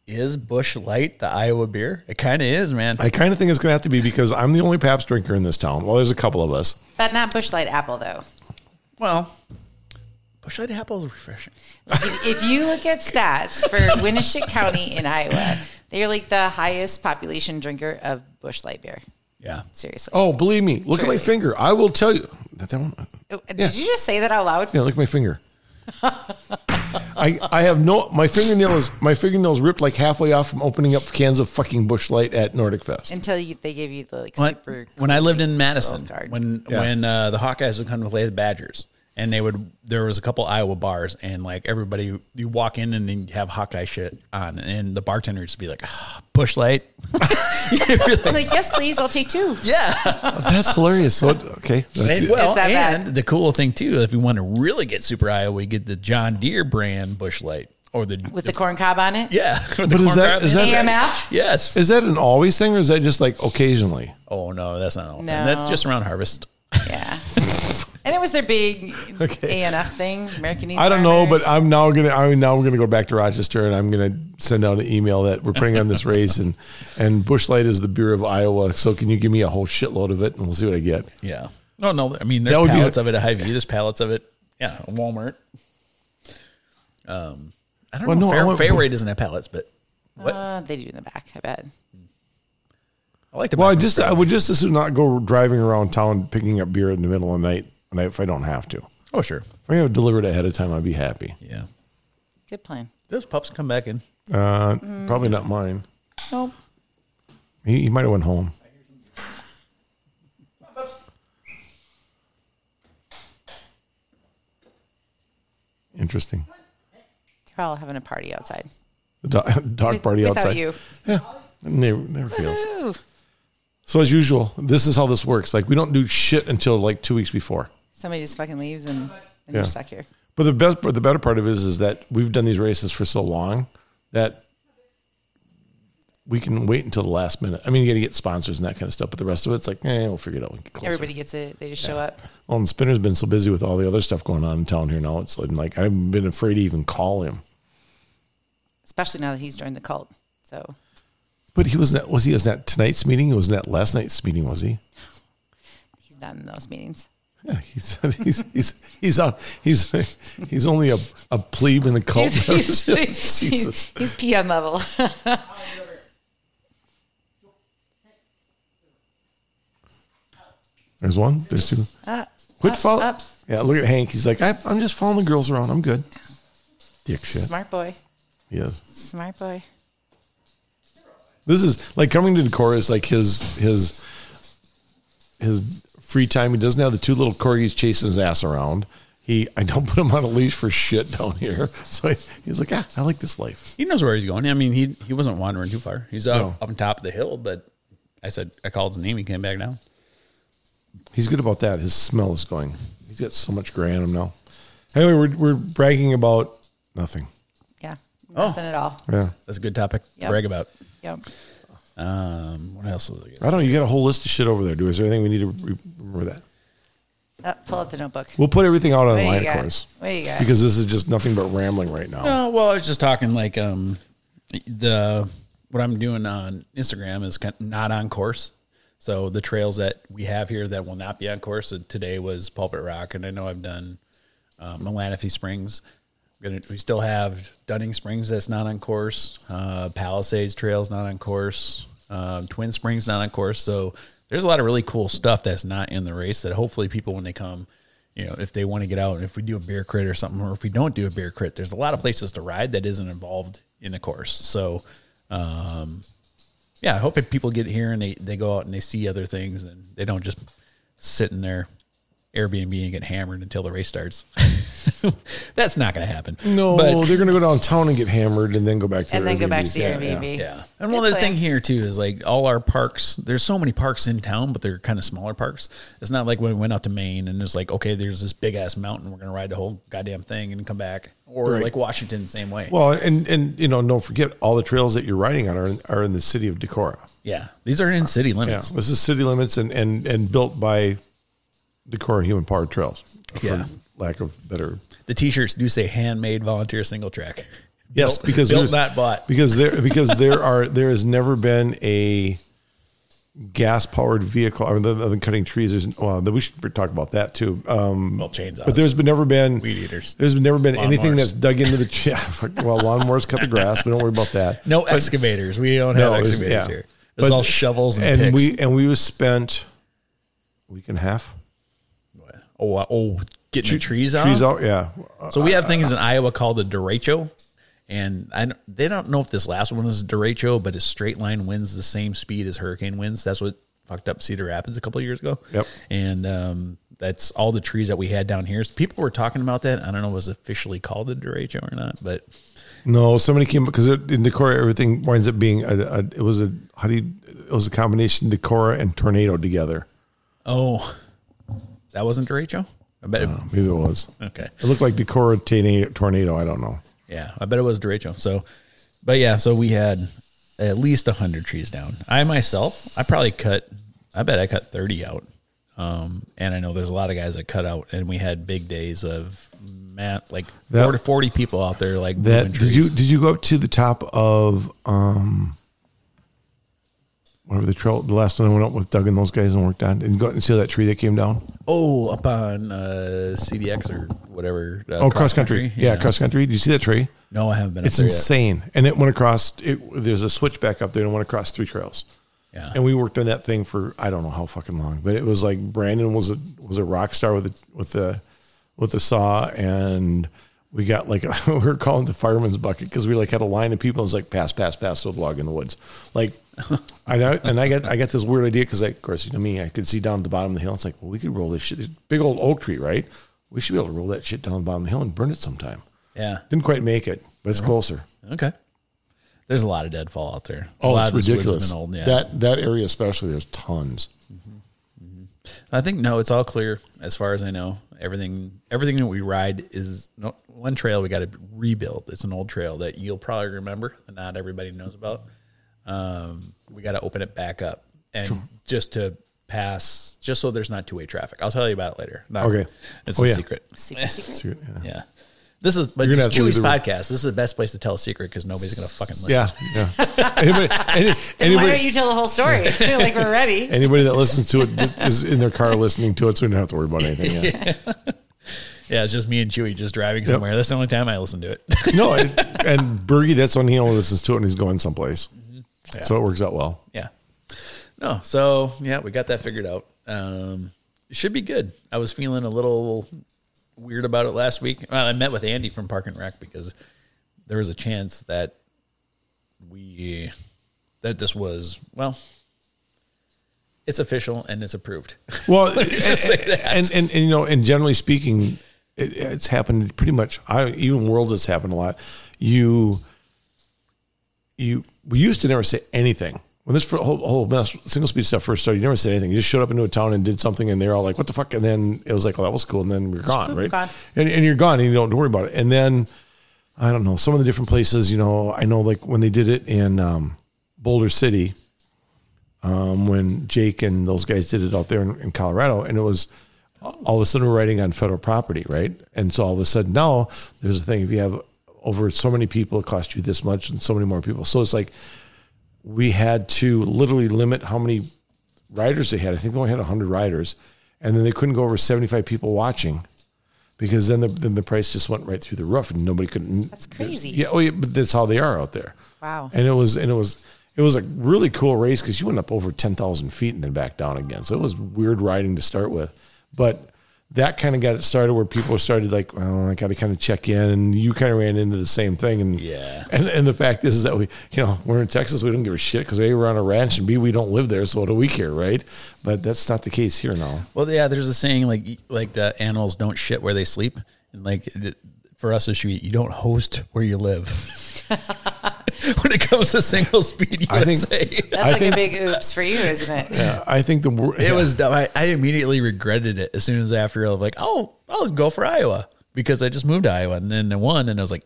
A: Is Bush Light the Iowa beer? It kind of is, man.
B: I kind of think it's gonna have to be because I'm the only Pabst drinker in this town. Well, there's a couple of us.
C: But not Bush Light Apple though.
A: well, Bush Light Apple is refreshing.
C: If, if you look at stats for Winneshick County in Iowa, they're like the highest population drinker of Bush Light beer.
A: Yeah.
C: Seriously.
B: Oh, believe me, look at my
C: Truly.
B: finger. I will tell you that that one.
C: Oh, Did you just say that out loud?
B: Yeah, look at my finger. I I have no my fingernail is my fingernail's ripped like halfway off from opening up cans of fucking Bush Light at Nordic Fest.
C: Until you, they give you the like
A: When,
C: super.
A: when I lived in Madison,
C: Wild card.
A: when
B: Yeah.
A: when uh, the Hawkeyes would come to play the Badgers, and they would there was a couple Iowa bars, and like everybody, you walk in and you have Hawkeye shit on, and the bartender would just be like, "Ah, "Bush light,"
C: I'm like, yes, please, I'll take two.
A: yeah.
B: Oh, That's hilarious. So okay, that's
A: And,
B: it.
A: well,
C: that
A: and
C: bad?
A: the cool thing too, if you want to really get super Iowa, we get the John Deere brand bush light or the
C: With the corn cob on it?
A: yeah. But
B: is that- is that-
C: AMF?
A: yes?
B: is that an always thing or is that just like occasionally?
A: oh no, that's not all.
C: No.
A: That's just around harvest.
C: Yeah. and it was their big ANF thing, American Needs
B: I don't know, but
C: Farmers.
B: I'm now gonna I'm now gonna go back to Rochester and I'm gonna send out an email that we're putting on this race and and Bushlight is the beer of Iowa. So can you give me a whole shitload of it and we'll see what I get.
A: Yeah. No, no. I mean, there's
B: That would be-
A: pallets of it at Hy-Vee. There's pallets of it. Yeah, at Walmart. Um, I don't
B: Well,
A: know.
B: no, I
A: Fair,
B: want-
A: Fairway doesn't have pallets, but
C: Uh, they do in the back, I bet.
A: I like to.
B: Well,
A: buy
B: I
A: from
B: just I
A: Fairway.
B: would just as soon not go driving around town picking up beer in the middle of the night and I- if I don't have to. If
A: oh sure.
B: I have delivered ahead of time, I'd be happy.
A: Yeah.
C: Good plan.
A: Those pups come back in.
B: Uh,
C: Mm.
B: Probably not mine.
C: Nope.
B: He, he might have went home. Interesting.
C: They're all having a party outside.
B: The dog, dog party
C: Without
B: outside.
C: you.
B: Yeah, never, never fails.
C: Ooh.
B: So as usual, this is how this works. Like we don't do shit until like two weeks before.
C: Somebody just fucking leaves and, and
B: Yeah.
C: you're stuck here.
B: But the best, but the better part of it is, is that we've done these races for so long that we can wait until the last minute. I mean, you got to get sponsors and that kind of stuff, but the rest of it's like, eh, we'll figure it out. when we get closer.
C: Everybody gets it. They just show up.
B: Well, and Spinner's been so busy with all the other stuff going on in town here now. It's like, like I've been afraid to even call him.
C: Especially now that he's joined the cult. So
B: But he was not, was he was at tonight's meeting? He was not at last night's meeting, was he?
C: he's not in those meetings.
B: Yeah, he's he's he's he's out, he's he's only a, a plebe in the cult.
C: He's, he's, he's,
B: Oh, Jesus.
C: he's, peon level.
B: There's one. There's two. Quit
C: up,
B: follow.
C: up.
B: Yeah, look at Hank. He's like, I, I'm just following the girls around. I'm good. Dick shit.
C: Smart boy.
B: He is.
C: Smart boy.
B: This is like coming to Decor is like his his his free time. He doesn't have the two little corgis chasing his ass around. He I don't put him on a leash for shit down here. So he, he's like, ah, I like this life.
A: He knows where he's going. I mean, he he wasn't wandering too far. He's up
B: No.
A: up on top of the hill, but I said I called his name. He came back down.
B: He's good about that. His smell is going. He's got so much gray on him now. Anyway, we're we're bragging about nothing.
C: Yeah.
B: Oh.
C: Nothing at all.
B: Yeah.
A: That's a good topic to
C: Yep.
A: brag about.
C: Yep.
A: Um, what else was it?
B: I don't know. You got a whole list of shit over there. Do is there anything we need to re- remember that?
C: Uh, pull out the notebook.
B: We'll put everything out
C: What do
B: online,
C: you
B: of
C: got?
B: course.
C: What do you got?
B: Because this is just nothing but rambling right now.
A: Oh well, I was just talking like um, the what I'm doing on Instagram is kind not on course. So the trails that we have here that will not be on course. So today was Pulpit Rock, and I know I've done um, Melanophy Springs. We're Gonna, we still have Dunning Springs that's not on course. Uh, Palisades Trails not on course. Um, Twin Springs not on course. So there's a lot of really cool stuff that's not in the race that hopefully people when they come, you know, if they want to get out and if we do a beer crit or something, or if we don't do a beer crit, there's a lot of places to ride that isn't involved in the course. So yeah, I hope if people get here and they, they go out and they see other things and they don't just sit in their Airbnb and get hammered until the race starts. That's not going to happen.
B: No,
A: But,
B: they're going to go downtown and get hammered, and then go back to
C: And
B: their
C: then go back to the
B: Airbnbs. Yeah, yeah.
C: Airbnb.
A: yeah. And
C: Good
A: one other
C: plan.
A: thing here too is like all our parks, there's so many parks in town, but they're kind of smaller parks. It's not like when we went out to Maine and it's like, okay, there's this big ass mountain. We're going to ride the whole goddamn thing and come back. Or
B: Right.
A: like Washington, same way.
B: Well, and and you know, don't forget all the trails that you're riding on are in, are in the city of Decorah.
A: yeah. These are in city
B: Yeah,
A: limits.
B: this is city limits and and and built by Decorah Human Powered Trails. For
A: Yeah.
B: lack of better.
A: The t shirts do say handmade volunteer single track.
B: Yes, because
A: built,
B: there's-
A: not bought.
B: because there because there are there has never been a gas powered vehicle. I mean, other than cutting trees, there's well, we should talk about that too. Um,
A: Well, chainsaws.
B: But there's been never been
A: Weed eaters.
B: There's been never been anything
A: Lawnmowers.
B: that's dug into the yeah, fuck, well lawnmowers cut the grass, but don't worry about that.
A: No excavators. We don't have
B: it was-
A: excavators
B: yeah.
A: here. It was
B: But-
A: all shovels and,
B: and
A: picks.
B: we and we was spent a week and a half
A: oh, uh, oh, getting the trees out.
B: trees uh, out. Yeah,
A: So we have things in Iowa called the derecho, and I don't- they don't know if this last one is derecho, but it's straight line winds the same speed as hurricane winds. That's what fucked up Cedar Rapids a couple years ago.
B: Yep.
A: And um, that's all the trees that we had down here. People were talking about that. I don't know if it was officially called the derecho or not, but
B: No, somebody came because in Decorah everything winds up being a, a it was a how do you it was a combination Decorah and tornado together.
A: oh, that wasn't derecho. I bet. It,
B: Maybe it was.
A: okay.
B: It looked like Decorah tornado. tornado I don't know.
A: Yeah, I bet it was derecho. So, but yeah, so we had at least hundred trees down. I myself, I probably cut. I bet I cut thirty out. Um, and I know there's a lot of guys that cut out, and we had big days of Matt, like
B: That-
A: 40, 40 people out there, like
B: That
A: doing
B: did you did you go up to the top of um whatever the trail the last one I went up with Doug and those guys and worked on and go and see that tree that came down?
A: Oh, up on uh, CDX or whatever. uh,
B: Oh, cross country. Yeah, cross country. Did you see that tree?
A: No, I haven't been.
B: It's
A: up there
B: insane. And it went across it there's a switchback up there and it went across three trails.
A: Yet. Yeah.
B: and we worked on that thing for I don't know how fucking long, but it was like Brandon was a was a rock star with a with a with a saw, and we got like we were calling it the fireman's bucket because we like had a line of people. It was like pass, pass, pass to the log in the woods. Like I know, and I got I got this weird idea because of course you know me, I could see down at the bottom of the hill. It's like well, we could roll this shit, this big old oak tree, right? We should be able to roll that shit down the bottom of the hill and burn it sometime.
A: yeah.
B: Didn't quite make it, but it's closer.
A: Okay. There's a lot of deadfall out there. a
B: Oh,
A: lot
B: it's
A: of this wood's
B: ridiculous.
A: been old, yeah.
B: That that area especially, there's tons.
A: I think no, it's all clear as far as I know. Everything, everything that we ride is no, one trail we got to rebuild. It's an old trail that you'll probably remember that not everybody knows about. Um, we got to open it back up and just to pass, just so there's not two way traffic. I'll tell you about it later. Not-
B: Okay.
A: it's
B: Oh,
A: a
B: yeah.
A: secret.
C: Secret, secret.
B: Dude, yeah.
A: Yeah. This is but
B: gonna
A: this
B: have to leave
A: Chewy's
B: the room.
A: podcast. This is the best place to tell a secret because nobody's gonna fucking listen.
B: Yeah, yeah. Anybody, any,
C: Why
B: anybody,
C: don't you tell the whole story? like we're ready.
B: anybody that listens to it is in their car listening to it, so we don't have to worry about anything. Yeah.
A: Yeah, it's just me and Chewy just driving somewhere. That's the only time I listen to it.
B: No, and, and Bergie, that's when he only listens to it and he's going someplace. So it works out well.
A: yeah. No, so yeah, we got that figured out. Um, it should be good. I was feeling a little weird about it last week. Well, I met with Andy from Park and Rec because there was a chance that we that this was well, it's official and it's approved.
B: Well,
A: just say that.
B: and, and, and you know, and generally speaking, it, it's happened pretty much. I even worlds has happened a lot. You, you, we used to never say anything when this fir- whole, whole mess, single speed stuff first started. You never said anything. You just showed up into a town and did something, and they're all like, "What the fuck?" And then it was like, "Oh, that was cool," and then you're gone,
C: boop,
B: right?
C: gone.
B: And, and you're gone, and you don't worry about it. And then I don't know some of the different places. You know, I know like when they did it in um, Boulder City um, when Jake and those guys did it out there in, in Colorado, and it was all of a sudden we're writing on federal property, right? And so all of a sudden now there's a thing if you have over so many people, it costs you this much, and so many more people. So it's like we had to literally limit how many riders they had. I think they only had 100 riders, and then they couldn't go over 75 people watching. Because then the then the price just went right through the roof and nobody could.
C: That's crazy.
B: Yeah, oh yeah, but that's how they are out there.
C: Wow.
B: And it was and it was it was a really cool race because you went up over ten thousand feet and then back down again. So it was weird riding to start with, but that kind of got it started where people started like, well, I got to kind of check in, and you kind of ran into the same thing. And
A: Yeah.
B: and and the fact is, is that we you know we're in Texas, we don't give a shit because a we're on a ranch, and b we don't live there, so what do we care, right? But that's not the case here now.
A: Well, yeah, there's a saying like like the animals don't shit where they sleep, and like it- for us as you, you don't host where you live. when it comes to single speed USA,
B: I think-
C: That's
B: I
C: like
B: think-
C: a big oops for you, isn't it?
B: I think the wor-
A: it was dumb. I, I immediately regretted it as soon as after I was like, oh, I'll go for Iowa because I just moved to Iowa and then I won, and I was like,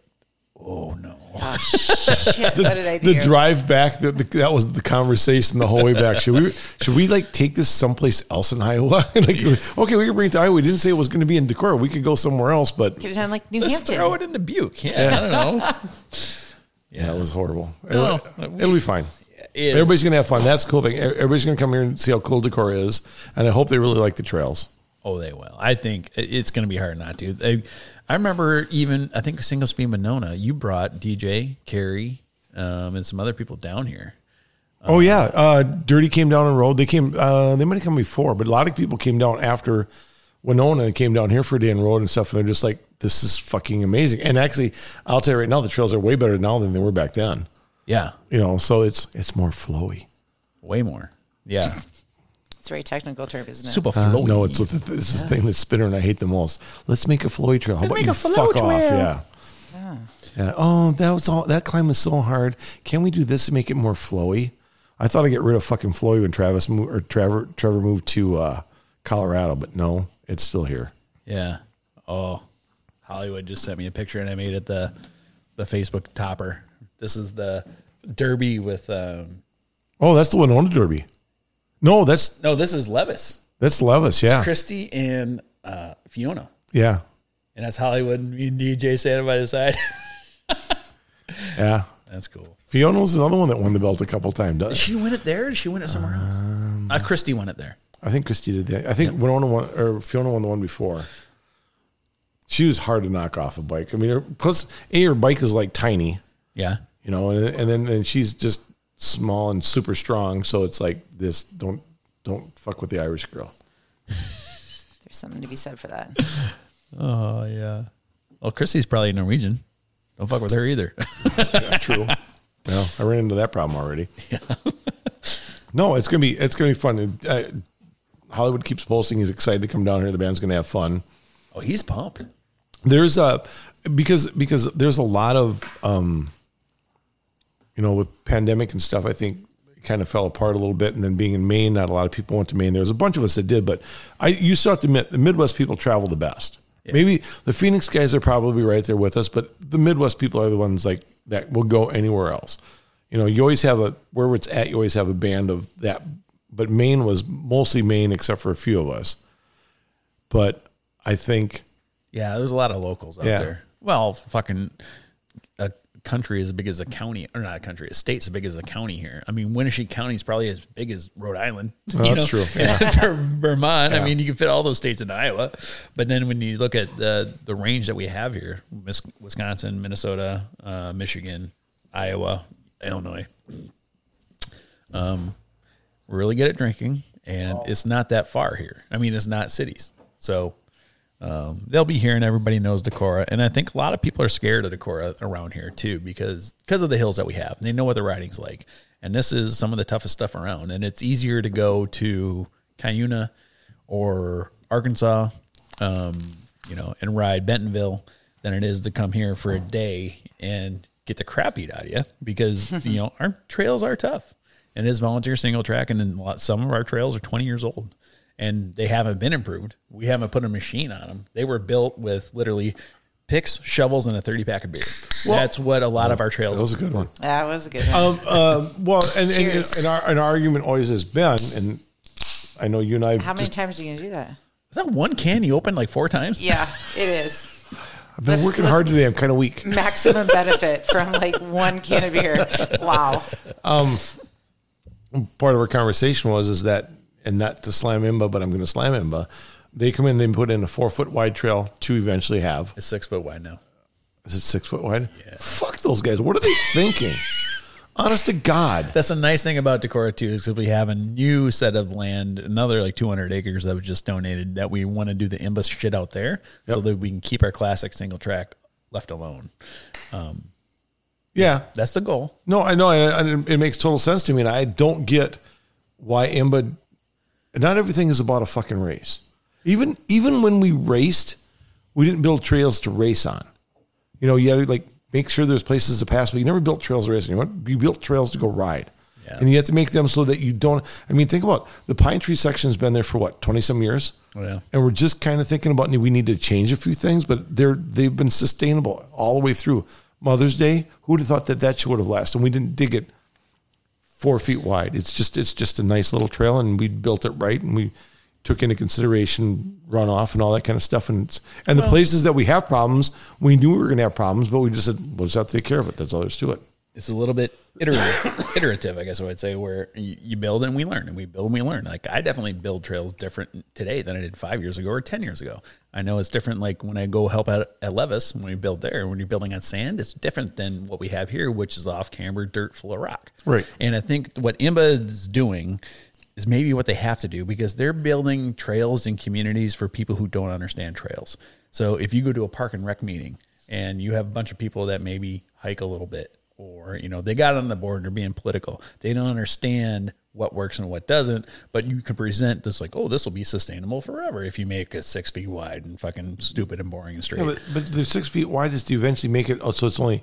A: oh no,
C: Oh, shit. what did I do?
B: the drive back the, the, that was the conversation the whole way back should we should we like take this someplace else in iowa like okay we can bring it to iowa we didn't say it was going to be in decorah we could go somewhere else but
C: Could have done like New
A: let's
C: Hampton.
A: throw it in Dubuque. Yeah, I don't know.
B: yeah, it was horrible
A: No,
B: it'll, it'll be fine
A: It-
B: everybody's going to have fun that's the cool thing everybody's going to come here and see how cool decorah is and i hope they really like the trails
A: Oh, they will. I think it- it's going to be hard not to. I, I remember even I think single speed Monona. You brought DJ Carrie um, and some other people down here.
B: oh yeah uh, dirty came down and rode they came uh, they might have come before but a lot of people came down after winona came down here for a day and rode and stuff and they're just like this is fucking amazing and actually i'll tell you right now the trails are way better now than they were back then
A: Yeah,
B: you know so it's it's more flowy
A: way more. Yeah,
C: It's a very technical term, isn't it?
A: Super
B: Uh,
A: flowy.
B: no, it's it's this thing that's spinner and I hate the most. Let's make a flowy trail. How about
A: make
B: you
A: a flow
B: fuck
A: trail.
B: off? Yeah. Yeah. Oh, that was all. That climb was so hard. Can we do this to make it more flowy? I thought I'd get rid of fucking flowy when Travis moved, or Trevor Trevor moved to uh, Colorado, but no, it's still here.
A: Yeah. Oh, Hollywood just sent me a picture and I made it the the Facebook topper. This is the Derby with um
B: Oh, that's the one on the Derby. No, that's
A: no, this is Levis,
B: that's Levis. Yeah,
A: Christy and uh, Fiona,
B: yeah,
A: and that's Hollywood. Me and DJ standing by the side.
B: yeah.
A: that's cool.
B: Fiona was another one that won the belt a couple times. doesn't she?
A: She win it there. Or did she win it somewhere else? Uh, Christy won it there.
B: I think Christy did that. I think Winona won, or Fiona won the one before. She was hard to knock off a bike. I mean, her, plus a her bike is like tiny,
A: Yeah.
B: you know, and, and then and she's just small and super strong. So it's like this. Don't don't fuck with the Irish girl.
C: There's something to be said for that.
A: Oh yeah. Well, Christy's probably Norwegian. Don't fuck with her either.
B: Yeah, true. well, I ran into that problem already. no, it's gonna be it's gonna be fun. Uh, Hollywood keeps posting. He's excited to come down here. The band's gonna have fun.
A: oh, he's pumped.
B: there's a because because there's a lot of um you know with pandemic and stuff i think it kind of fell apart a little bit and then being in maine not a lot of people went to maine there was a bunch of us that did but i you still have to admit the midwest people travel the best maybe the phoenix guys are probably right there with us but the midwest people are the ones like that will go anywhere else you know you always have a where it's at you always have a band of that but maine was mostly maine except for a few of us but i think
A: Yeah, there's a lot of locals out
B: Yeah.
A: there. Well, fucking a country as big as a county, or not a country, a state's as big as a county here. I mean, Winnebago County is probably as big as Rhode Island. you
B: Oh, that's true.
A: And Ver- Vermont. I mean, you can fit all those states into Iowa. But then when you look at the the range that we have here, Mis- Wisconsin, Minnesota, uh, Michigan, Iowa, Illinois, um, we're really good at drinking, and it's not that far here. I mean, it's not cities, so they'll be here and everybody knows Decorah. And I think a lot of people are scared of Decorah around here too because because of the hills that we have. They know what the riding's like. And this is some of the toughest stuff around. And it's easier to go to Cuyuna or Arkansas, um, you know, and ride Bentonville than it is to come here for a day and get the crap beat out of you because you know our trails are tough. And it is volunteer single track, and then a lot, some of our trails are 20 years old and they haven't been improved. We haven't put a machine on them. They were built with literally picks, shovels, and a 30 pack of beer. That's what a lot of our trails
B: That was a good one.
C: That was a good one.
B: Um, um, well, and, and,
C: Cheers.
B: and, our, and our argument always has been, and I know you and I,
C: How
B: have
C: many
B: just,
C: times are you gonna do that?
A: Is that one can you opened like four times?
C: Yeah, it is
B: I've been
C: let's-
B: working
C: let's-
B: hard today. I'm kind of weak.
C: maximum benefit from like one can of beer. Wow.
B: Part of our conversation was is that, and not to slam Imba, but I'm going to slam Imba. They come in, they put in a four foot wide trail to eventually have.
A: It's six foot wide now.
B: Is it six foot wide? Fuck those guys. What are they thinking? Honest to God.
A: That's the nice thing about Decorah too, is because we have a new set of land, another like 200 acres that was just donated that we want to do the Imbus shit out there so that we can keep our classic single track left alone.
B: Yeah.
A: That's the goal.
B: No, I know, and, and it makes total sense to me, and I don't get why Imba. Not everything is about a fucking race. Even even when we raced, we didn't build trails to race on. You know, you had to like make sure there's places to pass, but you never built trails to race on. You, want, you built trails to go ride, and you have to make them so that you don't. I mean, think about the pine tree section's been there for what twenty some years,
A: Yeah.
B: and we're just kind of thinking about we need to change a few things, but they're they've been sustainable all the way through. Mother's Day, who would have thought that that should would have lasted? And we didn't dig it four feet wide. It's just it's just a nice little trail, and we built it right, and we took into consideration runoff and all that kind of stuff. And it's, and the places that we have problems, we knew we were going to have problems, but we just said, "We'll just have to take care of it." That's all there's to it.
A: it's a little bit iterative, iterative, I guess I would say, where you you build and we learn, and we build and we learn. Like I definitely build trails different today than I did five years ago or ten years ago. I know it's different. Like when I go help out at Levis, when we build there, when you're building on sand, it's different than what we have here, which is off camber dirt full of rock.
B: Right.
A: And I think what IMBA is doing is maybe what they have to do because they're building trails and communities for people who don't understand trails. So if you go to a park and rec meeting and you have a bunch of people that maybe hike a little bit or or you know they got on the board and are being political. They don't understand what works and what doesn't. But you can present this like, oh, this will be sustainable forever if you make it six feet wide and fucking stupid and boring and straight.
B: Yeah, but, but the six feet wide is to eventually make it oh, so it's only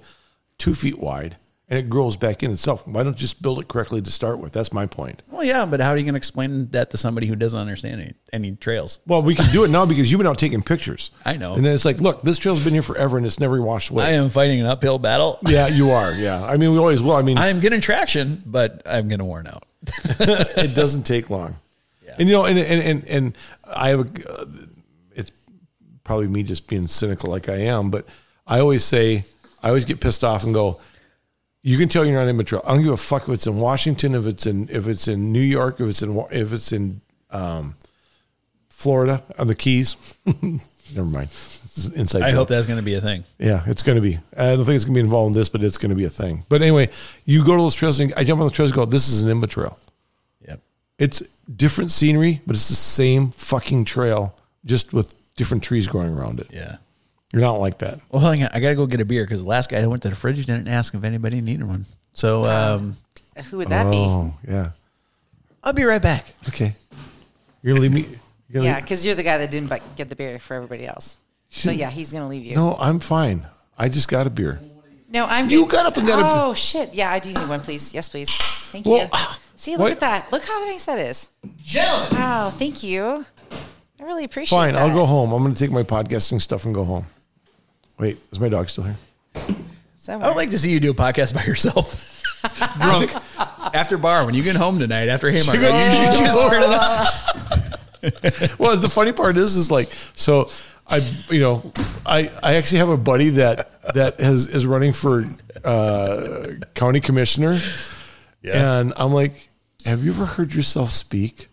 B: two feet wide and it grows back in itself. Why don't you just build it correctly to start with? That's my point.
A: well, yeah, but how are you going to explain that to somebody who doesn't understand any, any trails?
B: Well, we can do it now because you've been out taking pictures.
A: I know.
B: And then it's like, look, this trail's been here forever and it's never washed
A: I
B: away.
A: am fighting an uphill battle.
B: yeah, you are. Yeah. I mean, we always will. I mean,
A: I am getting traction, but I'm going to worn out.
B: it doesn't take long. And you know, and and and, and I have a, uh, it's probably me just being cynical like I am, but I always say I always get pissed off and go. You can tell you're not immature. I don't give a fuck if it's in Washington, if it's in if it's in New York, if it's in Wa- if it's in um, Florida on the Keys. Never mind. This is inside.
A: I
B: joke.
A: hope that's going to be a thing.
B: Yeah, it's going to be. I don't think it's going to be involved in this, but it's going to be a thing. But anyway, you go to those trails and I jump on the trails and go, this is an IMBA trail.
A: Yep.
B: It's different scenery, but it's the same fucking trail, just with different trees growing around it.
A: Yeah.
B: You're not like that.
A: Well, hang on. I got to go get a beer because the last guy that went to the fridge didn't ask if anybody needed one. So um,
C: Who would that
B: Oh, yeah.
A: I'll be right back.
B: Okay. You're going to leave me. You're
C: be?
B: gonna
C: Yeah, because you're the guy that didn't bu- get the beer for everybody else. So yeah, he's gonna leave you.
B: leave- No, I'm fine. I just got a beer.
C: No, I'm.
B: You got up and got a-
C: Oh shit! Yeah, I do need one, please. Yes, please. Thank
B: Well, uh,
C: you. See, look
B: what-
C: at that. Look how nice that is.
D: Gentlemen,
C: Wow, thank you. I really appreciate.
B: Fine. I'll
C: that.
B: go home. I'm going to take my podcasting stuff and go home. Wait, is my dog still here?
A: I
C: Somewhere.
A: would like to see you do a podcast by yourself. Drunk. after bar, when you get home tonight, after Hamar, you,
B: She
A: you
B: goes,
A: just
C: Oh,
A: turn it on.
B: well, the funny part is, is like, so I, you know, I, I actually have a buddy that, that has, is running for, uh, county commissioner. And I'm like, have you ever heard yourself speak?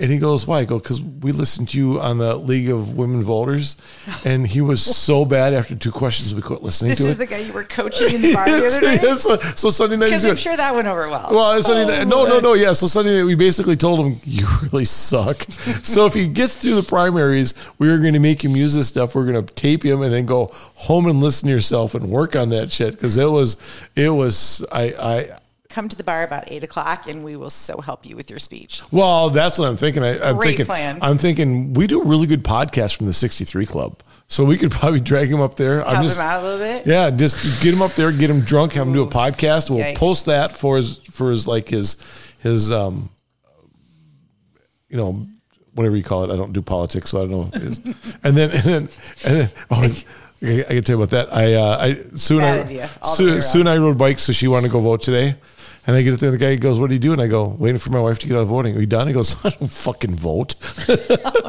B: And he goes, why? I go, because we listened to you on the League of Women Voters. And he was so bad after two questions, we quit listening
C: This
B: to
C: is
B: it.
C: the guy you were coaching in the bar the other
B: Yeah,
C: night.
B: so, so Sunday night he's
C: Because
B: going,
C: I'm sure that went over well.
B: well, Sunday night, no,
C: Oh,
B: no, no. Yeah. So Sunday night, we basically told him, you really suck. so if he gets through the primaries, we are going to make him use this stuff. We're going to tape him and then go home and listen to yourself and work on that shit. Cause it was, it was, I, I,
C: Come to the bar about eight o'clock, and we will so help you with your speech.
B: well, that's what I'm thinking. I, I'm
C: Great
B: thinking,
C: plan.
B: I'm thinking we do really good podcasts from the 63 club. So we could probably drag him up there. I'm
C: Help
B: just,
C: him out a little bit.
B: Yeah, just get him up there, get him drunk, have him do a podcast. We'll
C: Yikes.
B: post that for his for his like his his um you know whatever you call it. I don't do politics, so I don't know. His, and then and then and then oh, I, I can tell you about that. I uh, I soon
C: Bad
B: I
C: idea. All the way
B: soon,
C: around.
B: soon I rode bikes, so she wanted to go vote today. And I get up there, and the guy goes, "What do you do?" And I go, "Waiting for my wife to get out of voting." Are you done? He goes, "I don't fucking vote."
C: Oh,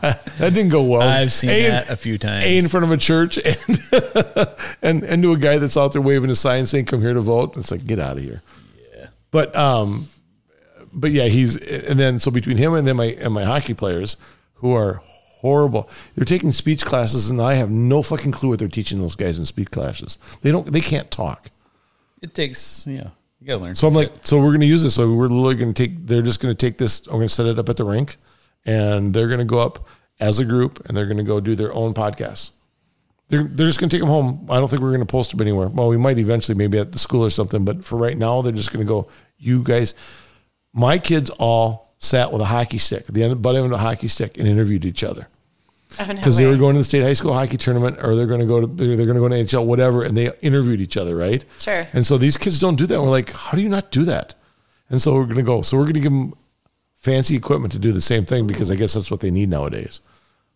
B: that didn't go well.
A: I've seen
B: And-
A: that a few times.
B: a in front of a church and and and to a guy that's out there waving a sign saying "Come here to vote." It's like get out of here. But um, but yeah, he's and then so between him and then my and my hockey players who are horrible. They're taking speech classes, and I have no fucking clue what they're teaching those guys in speech classes. They don't. They can't talk.
A: It takes, yeah, you got to learn.
B: So I'm like, so we're gonna use this. So we're literally gonna take. They're just gonna take this. I'm gonna set it up at the rink, and they're gonna go up as a group, and they're gonna go do their own podcast. They're they're just gonna take them home. I don't think we're gonna post them anywhere. Well, we might eventually, maybe at the school or something. But for right now, they're just gonna go. You guys, my kids all sat with a hockey stick, the end butt end of a hockey stick, and interviewed each other because they were going to the state high school hockey tournament, or they're going to go to they're going to go to NHL, whatever, and they interviewed each other, right?
C: Sure.
B: And so these kids don't do that. We're like, how do you not do that? And so we're going to go. So we're going to give them fancy equipment to do the same thing because I guess that's what they need nowadays.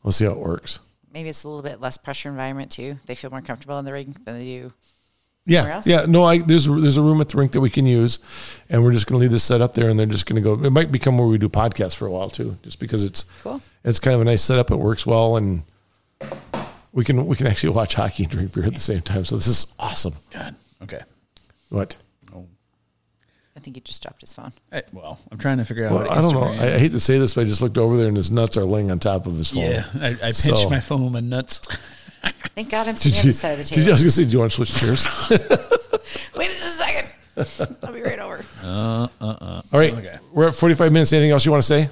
B: We'll see how it works.
C: Maybe it's a little bit less pressure environment too. They feel more comfortable in the ring than they do. Somewhere
B: Yeah,
C: else?
B: yeah. No, I there's there's a room at the rink that we can use, and we're just going to leave this set up there, and they're just going to go. It might become where we do podcasts for a while too, just because it's
C: Cool.
B: it's kind of a nice setup. It works well, and we can we can actually watch hockey and drink beer at the same time. So this is awesome.
A: God. Okay.
B: What?
C: I think he just dropped his phone.
A: I- well, I'm trying to figure out.
B: Well,
A: how to
B: I don't know.
A: Instagram.
B: I, I hate to say this, but I just looked over there, and his nuts are laying on top of his phone.
A: yeah, I, I pinched
B: So-
A: my phone with my nuts.
C: Thank God I'm sitting
B: Did
C: on
B: you,
C: the side of the
B: did you? I
C: table.
B: was going to say, do you want to switch chairs?
C: Wait just a second. I'll be right over.
B: All right,
A: Okay.
B: we're at forty-five minutes. Anything else you want to say?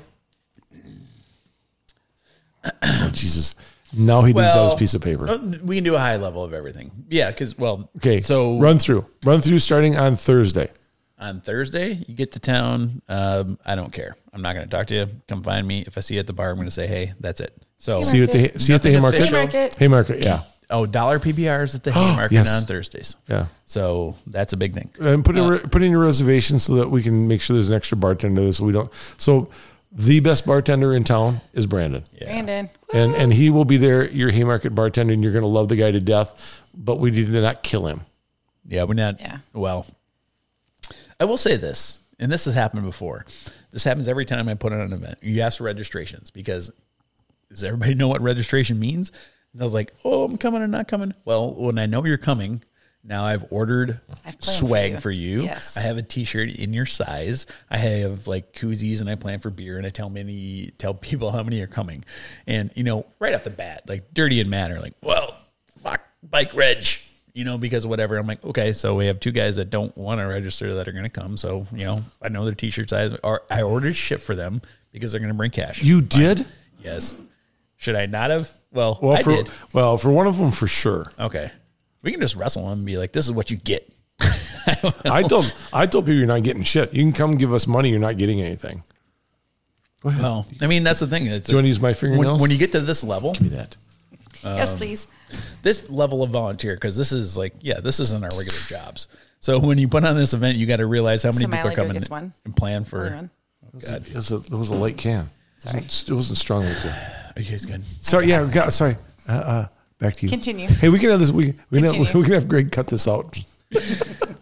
B: oh, Jesus, Now he needs out his
A: Well,
B: piece of paper.
A: uh, We can do a high level of everything. Yeah, because well,
B: Okay.
A: So
B: run through. Run through starting on Thursday.
A: on Thursday, you get to town. Um, I don't care. I'm not going to talk to you. Come find me. If I see you at the bar, I'm going to say, hey, that's it. So
B: See you at the see you at
A: Nothing
B: the Haymarket.
C: official.
B: Haymarket, yeah.
A: oh, dollar PBRs at the Haymarket
B: Yes.
A: on Thursdays.
B: Yeah.
A: So that's a big thing.
B: And put in re- put in your reservation so that we can make sure there's an extra bartender so we don't so the best bartender in town is Brandon.
C: Brandon.
B: And and he will be there, your Haymarket bartender, and you're gonna love the guy to death, but we need to not kill him.
A: Yeah, we're not.
C: Yeah.
A: Well, I will say this, and this has happened before. This happens every time I put on an event. You ask for registrations because does everybody know what registration means? And I was like, oh, I'm coming and not coming. Well, when I know you're coming, now I've ordered
C: I've planned for
A: swag
C: you.
A: for you.
C: Yes.
A: I have a T-shirt in your size. I have like koozies, and I plan for beer, and I tell many tell people how many are coming, and you know right off the bat, like dirty and mad are like, well, fuck, bike reg, you know, because whatever. I'm like, okay, so we have two guys that don't want to register that are going to come, so you know, I know their T-shirt size, or I ordered shit for them because they're going to bring cash.
B: You did?
A: yes, should I not have? Well,
B: Well
A: I
B: for
A: did.
B: well, for one of them for sure.
A: Okay, we can just wrestle them and be like, this is what you get.
B: I told I told people you're not getting shit. You can come give us money, you're not getting anything.
A: Well, I mean, that's the thing. It's
B: Do you want to use my fingernails?
A: when, when you get to this level,
B: give me that. Um,
C: yes, please.
A: this level of volunteer, because this is like, yeah, this isn't our regular jobs. So when you put on this event, you got to realize how many
C: So my
A: people are
C: only beer
A: coming
C: gets one?
A: and plan for.
C: Hold on.
B: It was a, it was a light can.
C: Sorry.
B: It wasn't, it wasn't strong like that.
A: Are you guys good?
B: Sorry, yeah, we got, sorry. Uh, uh, back to you.
C: Continue.
B: Hey, we can have this. We, we, can have,
C: Continue.
B: we can have Greg cut this out.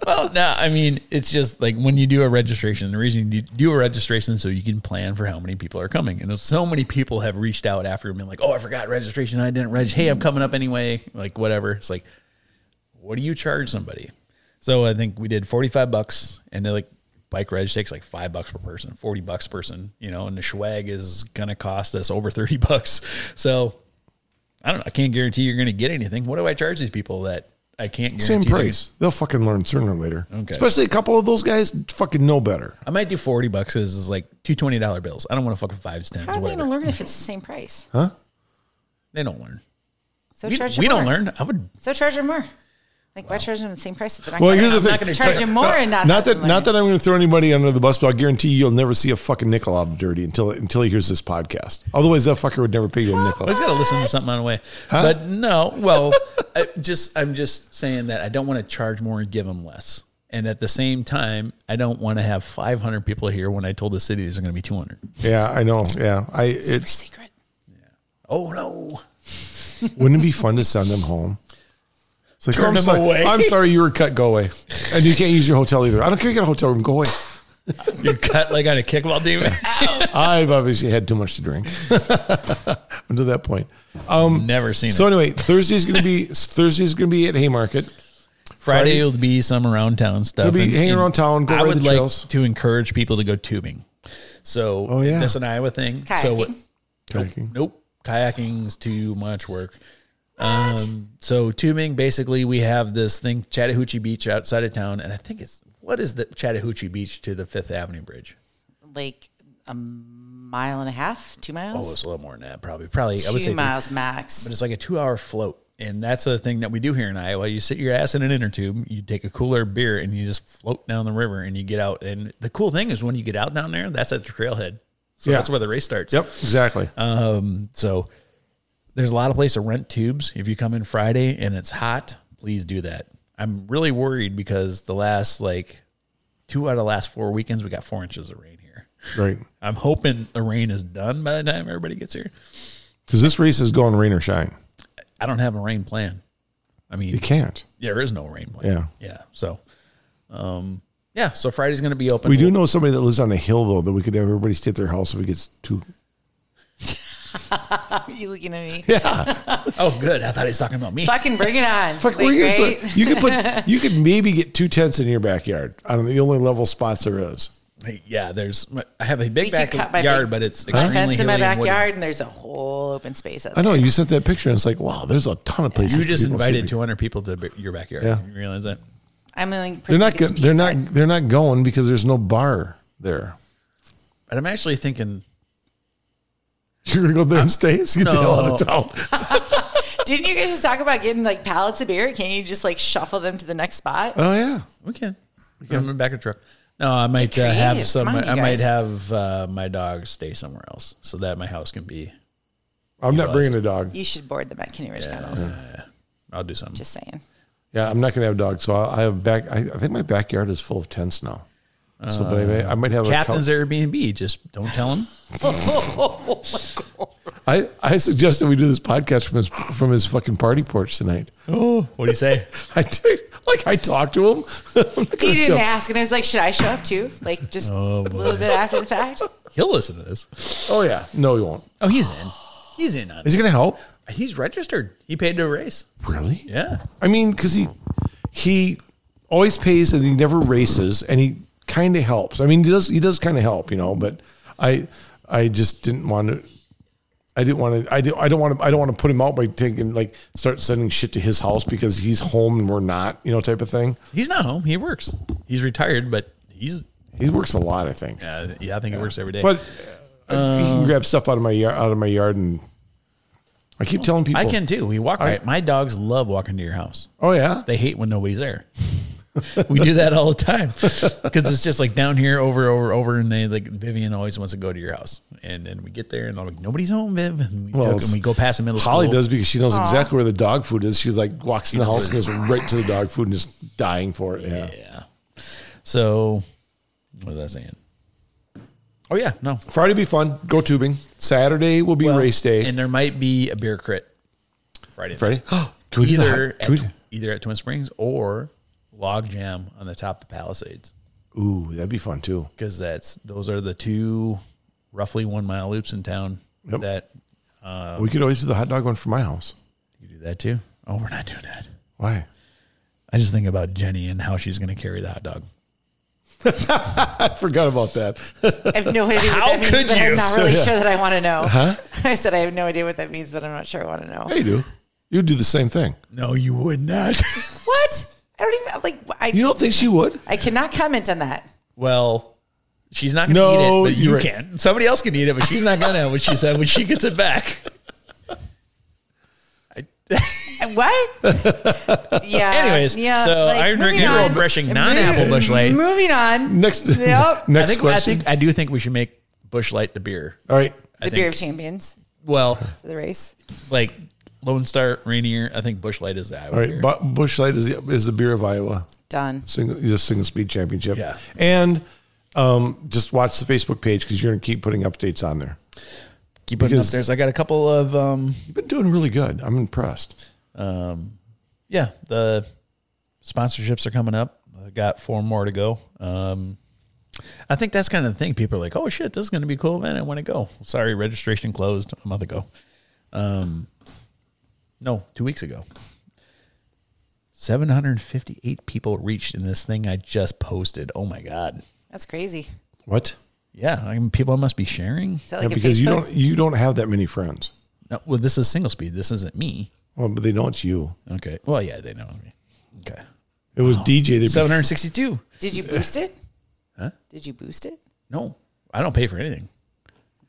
A: Well, no, I mean, it's just like when you do a registration, the reason you do a registration is so you can plan for how many people are coming. And so many people have reached out after and been like, oh, I forgot registration. I didn't reg. Hey, I'm coming up anyway. Like, whatever. It's like, what do you charge somebody? So I think we did 45 bucks and they're like, bike reg takes like five bucks per person, 40 bucks per person, you know, and the swag is going to cost us over 30 bucks. So I don't know. I can't guarantee you're going to get anything. What do I charge these people that I can't guarantee?
B: Same
A: they're gonna
B: price. They'll fucking learn sooner or later.
A: Okay.
B: Especially a couple of those guys fucking know better.
A: I might do forty bucks as, as like two twenty dollar bills. I don't want to fuck with fives, tens,
C: How are they going
A: whatever.
C: to
A: They,
C: learn if it's the same price?
A: don't learn.
C: So
A: We,
C: charge
A: we
C: them
A: don't
C: more.
A: learn. I would.
C: So charge them more. Like, why charge them the same price? if they're not
B: Well,
C: gonna-
B: here's the
C: I'm
B: thing.
C: not gonna charge them more and not
B: Not
C: have
B: that
C: them
B: not
C: learn.
B: that I'm going to throw anybody under the bus, but I'll guarantee you, you'll never see a fucking nickel out of dirty until until he hears this podcast. Otherwise, that fucker would never pay you a nickel.
A: I was gonna listen to something on the way, but no. Well, I just I'm just saying that I don't want to charge more and give them less, and at the same time, I don't want to have five hundred people here when I told the city there's going to be two hundred.
B: Yeah, I know. Yeah, I. It's
C: secret.
A: Oh no!
B: wouldn't it be fun to send them home? It's like,
A: Turn
B: oh, I'm
A: them
B: sorry.
A: away.
B: I'm sorry, you were cut. Go away, and you can't use your hotel either. I don't care. if You got a hotel room. Go away.
A: You're cut like on a kickball team.
B: I've obviously had too much to drink until that point.
A: Never seen
B: So
A: it.
B: anyway, Thursday's gonna be Thursday's gonna be at Haymarket.
A: Friday, will be some around town stuff.
B: You'll be hanging around town, go
A: I
B: ride
A: would
B: the
A: like
B: trails.
A: to encourage people to go tubing. So
B: Oh, yeah.
A: that's an Iowa thing. So what?
C: Kayaking.
B: Kayaking.
A: Nope. Kayaking's too much work. Um, so tubing, basically, we have this thing, Chattahoochee Beach outside of town, and I think it's what is the Chattahoochee Beach to the Fifth Avenue Bridge?
C: Like a mile and a half, two
A: Oh, it's
C: miles,
A: a little more than that, probably. Probably, I
C: two
A: would say. three.
C: miles max.
A: But it's like a two-hour float, and that's the thing that we do here in Iowa. You sit your ass in an inner tube, you take a cooler of beer, and you just float down the river, and you get out. And the cool thing is, when you get out down there, that's at the trailhead. So
B: Yeah.
A: that's where the race starts.
B: Yep, exactly.
A: So there's a lot of place to rent tubes. If you come in Friday and it's hot, please do that. I'm really worried because the last like two out of the last four weekends we got four inches of rain here.
B: right,
A: I'm hoping the rain is done by the time everybody gets here.
B: because this race is going rain or shine.
A: I don't have a rain plan. I mean,
B: You can't.
A: there is no rain plan.
B: Yeah.
A: Yeah. So, um, yeah. So Friday's going to be open.
B: We do know somebody that lives on a hill though that we could have everybody stay at their house if it gets too.
C: Are you looking at me?
A: Oh, good. I thought he was talking about me.
C: Fucking bring it on.
B: Fuck,
C: Like,
B: we're gonna
C: right?
B: start- you could put you could maybe get two tents in your backyard on the only level spots there is.
A: Hey, yeah. There's, I have a big
C: We could cut my
A: backyard,
C: big-
A: but it's
C: My
A: extremely
C: fence in my
A: hilly and woody.
C: backyard, and there's a whole open space. Out
B: I
C: there.
B: know you sent that picture and it's like wow, there's a ton of places.
A: You
B: for
A: just
B: people to
A: invited
B: sleep.
A: 200 people to b- your backyard.
B: Yeah.
A: You realize that?
C: I'm the only person
B: They're not.
C: who gets
B: go- They're not.
C: pizza.
B: They're not going because there's no bar there.
A: But I'm actually thinking
B: You're gonna go there and stay. So you get the hell out of town.
C: Didn't you guys just talk about getting like pallets of beer? Can't you just like shuffle them to the next spot?
B: Oh yeah.
A: We can. We can. I'm back a truck. No, I might uh, have
C: creative.
A: some.
C: Come on, you
A: I might
C: guys.
A: have uh, my dog stay somewhere else so that my house can be.
B: I'm not bringing a dog.
C: You should board them at Kenny Ridge Kennels.
A: I'll do something.
C: Just saying.
B: Yeah, I'm not gonna have a dog. So I I have back. I, I think my backyard is full of tents now. So, but I, may, I might have
A: Captain's
B: a.
A: Airbnb. Just don't tell him.
B: couple- I I suggested we do this podcast from his from his fucking party porch tonight.
A: oh, what do you say?
B: I did, like I talked to him. I'm not
C: He
B: gonna
C: didn't
B: tell-
C: ask, and I was like, "Should I show up too?" Like just a little bit after the fact.
A: He'll listen to this.
B: Oh yeah, no, he won't.
A: Oh, he's in. He's in on it.
B: Is he gonna help?
A: He's registered. He paid to race.
B: Really?
A: Yeah.
B: I mean, because he he always pays and he never races, and he kind of helps. I mean, he does he does kind of help, you know. But I I just didn't want to. I didn't want to. I don't. I don't want to. I don't want to put him out by taking like start sending shit to his house because he's home and we're not, you know, type of thing.
A: He's not home. He works. He's retired, but he's.
B: He works a lot, I think.
A: Uh, yeah, I think he works every day.
B: But uh, he
A: Um,
B: can grab stuff out of my yard, out of my yard, and I keep telling people
A: I can too. We walk right. My dogs love walking to your house.
B: Oh yeah,
A: They hate when nobody's there. we do that all the time because it's just like down here, over, over, over, and they like Vivian always wants to go to your house, and then we get there and I'm like, nobody's home, Viv, and we,
B: Well,
A: look, and we go past the middle
B: Holly
A: school.
B: does because she knows exactly where the dog food is. She like walks in the house and goes right to the dog food and is dying for it. Yeah.
A: yeah. So, what was I saying? Oh yeah, no.
B: Friday be fun. Go tubing. Saturday will be race day.
A: and there might be a beer crit Friday. night.
B: Friday. Can we do the hot-
A: either
B: can we
A: at, either at Twin Springs or Log Jam on the top of Palisades.
B: do- ooh, that'd be fun too.
A: because that's those are the two roughly one mile loops in town
B: Yep.
A: that Oh.
B: we could always do the hot dog one from my house.
A: you do that too. Oh, we're not doing that.
B: Why?
A: I just think about Jenny and how she's going to carry the hot dog.
B: I forgot about that.
C: I have no idea what
A: How
C: that means,
A: could
C: but
A: you?
C: I'm not really
B: So, yeah.
C: sure that I want to know. I said I have no idea what that means, but I'm not sure I want to know.
B: Yeah, you do. You'd do the same thing.
A: No, you would not.
C: What? I don't even like. I
B: You don't think she would?
C: I cannot comment on that.
A: well, she's not going to
B: No,
A: eat it, but you
B: you're right.
A: can. Somebody else can eat it, but she's not going to. What she said when she gets it back.
C: What? yeah.
A: Anyways,
C: yeah.
A: so I'm
C: moving
A: drinking a refreshing non-apple Busch Light.
C: Moving on.
B: Next.
C: Yep.
A: I
B: Next
A: think I
B: question.
A: think I do think we should make Bush Light the beer.
B: All right.
C: the beer of champions
A: Well,
C: for the race.
A: like Lone Star Rainier, I think Bush Light is the Iowa
B: All
A: beer.
B: right. Bu- Bush Light is the, is the beer of Iowa.
C: Done.
B: single the single speed championship.
A: Yeah.
B: And um, just watch the Facebook page because you're going to keep putting updates on there.
A: Keep putting
B: because-
A: up there. So I got a couple of um,
B: You've been doing really good. I'm impressed.
A: yeah, the sponsorships are coming up. I got four more to go. Um, I think that's kind of the thing. People are like, "Oh shit, this is going to be a cool event. I want to go." Sorry, registration closed a month ago. Um, no, two weeks ago. Seven hundred and fifty-eight people reached in this thing I just posted. Oh my god!
C: That's crazy. Is
B: What?
A: Yeah, I mean, people must be sharing.
C: that
B: Yeah,
C: like a
B: because you
C: Facebook?
B: don't you don't have that many friends.
A: No, well, this is single speed. This isn't me.
B: Well, but they know it's you.
A: Okay. Well, yeah, they know me. Okay.
B: It was DJ. They
A: Seven hundred sixty-two.
C: Did you boost it? Huh? Did you boost it?
A: No, I don't pay for anything.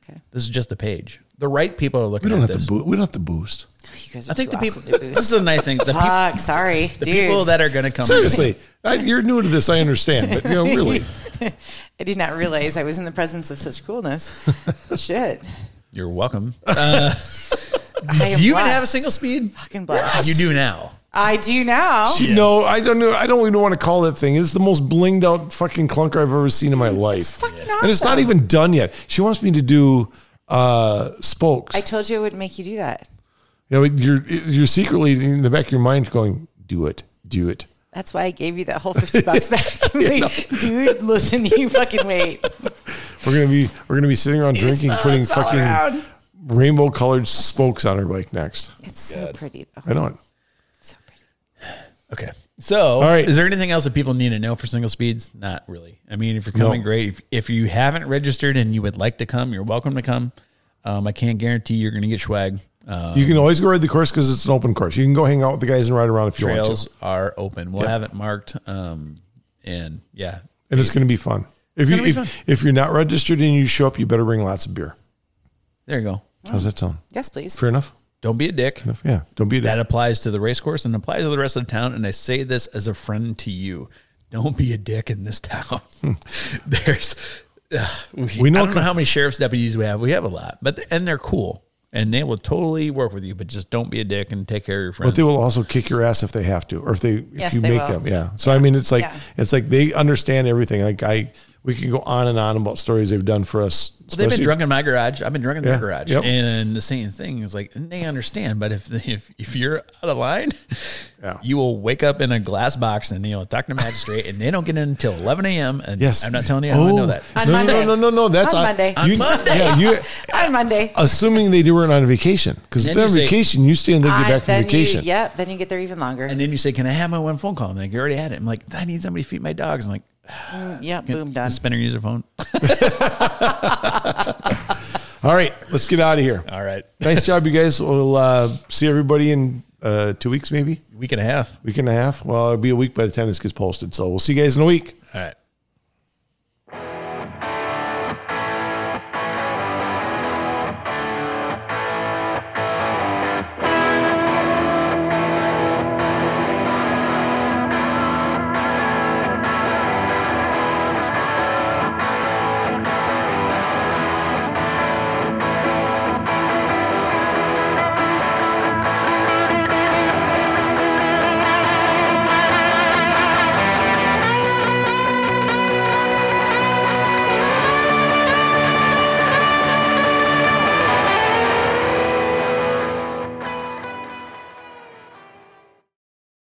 C: Okay.
A: This is just the page. The right people are looking
B: we don't
A: at
B: have
A: this.
B: to. Bo- we don't have to boost.
C: You guys are
A: I think
C: too
A: the people.
C: awesome to boost.
A: This is a nice thing. The, peop-
C: Fuck, sorry,
A: the
C: dude.
A: people that are going to come.
B: Seriously, I, you're new to this. I understand, but you know, really,
C: I did not realize I was in the presence of such coolness. Shit.
A: You're welcome.
C: I am
A: do you even
C: blessed.
A: have a single speed?
C: fucking blast.
A: You do now.
C: I do now.
B: no, I don't know. I don't even want to call that thing. It's the most blinged out fucking clunker I've ever seen in my
C: It's
B: life,
C: fucking awesome.
B: and it's not even done yet. She wants me to do uh, spokes.
C: I told you it would make you do that.
B: You know, you're you're secretly in the back of your mind going, "Do it, do it."
C: That's why I gave you that whole fifty bucks back. Like, Dude, listen, you fucking wait.
B: We're gonna be we're gonna be sitting around drinking,
C: It's-
B: putting
C: it's all
B: fucking
A: Oh
C: around.
B: rainbow colored spokes on her bike next.
C: It's so pretty though.
B: I know it.
C: So pretty.
A: Okay. So, all
B: right.
A: Is there anything else that people need to know for single speeds? Not really. I mean, if you're coming,
B: No.
A: great. If, if you haven't registered and you would like to come, you're welcome to come. Um, I can't guarantee you're going to get swag. Uh,
B: You can always go ride the course because it's an open course. You can go hang out with the guys and ride around if you want to,
A: trails are open. We'll have it marked. Um, and yeah,
B: and it's gonna be fun. If you
A: gonna be
B: if, if you're not registered and you show up, you better bring lots of beer.
A: there you go.
B: How's that sound?
C: Yes, please.
B: Fair enough.
A: Don't be a dick.
B: Enough? Yeah. Don't be a
A: That
B: dick.
A: applies to the race course and applies to the rest of the town. And I say this as a friend to you. Don't be a dick in this town. There's, ugh, we,
B: We
A: know,
B: know
A: I don't
B: co-
A: know how many sheriff's deputies we have. We have a lot, but and they're cool and they will totally work with you. But just don't be a dick and take care of your friends.
B: But they will also kick your ass if they have to, or if they if
C: Yes,
B: you
C: they
B: make
C: will.
B: them. Yeah. So I mean, it's like
C: Yeah.
B: it's like they understand everything. Like I, we can go on and on about stories they've done for us.
A: Well, they've been
B: especially-
A: drunk in my garage. I've been drunk in their
B: Yeah,
A: garage,
B: yep.
A: and the same thing is like and they understand. But if if if you're out of line,
B: Yeah.
A: you will wake up in a glass box and you know talk to magistrate, and they don't get in until 11 a.m. And
B: Yes. Oh.
A: I'm not telling you how I know that.
C: On
B: no,
C: Monday.
B: No, no, no, no, no. That's
C: On Monday. On
B: Monday. Yeah, you.
C: On Monday.
B: Assuming they weren't on vacation, because
A: Then
B: if they're on
A: you say-
B: vacation, you stay and they get
C: I-
B: back from
C: then
B: vacation.
C: You, yep. Then you get there even longer.
A: And then you say, "Can I have my one phone call?" And like, "You already had it." I'm like, "I need somebody to feed my dogs." I'm like,
C: yep. Boom. Done.
A: "Spinner user phone."
B: All right, let's get out of here.
A: All right,
B: nice job, you guys. We'll uh, see everybody in uh, two weeks, maybe
A: week and a half.
B: week and a half. Well, it'll be a week by the time this gets posted. So we'll see you guys in a week.
A: All right.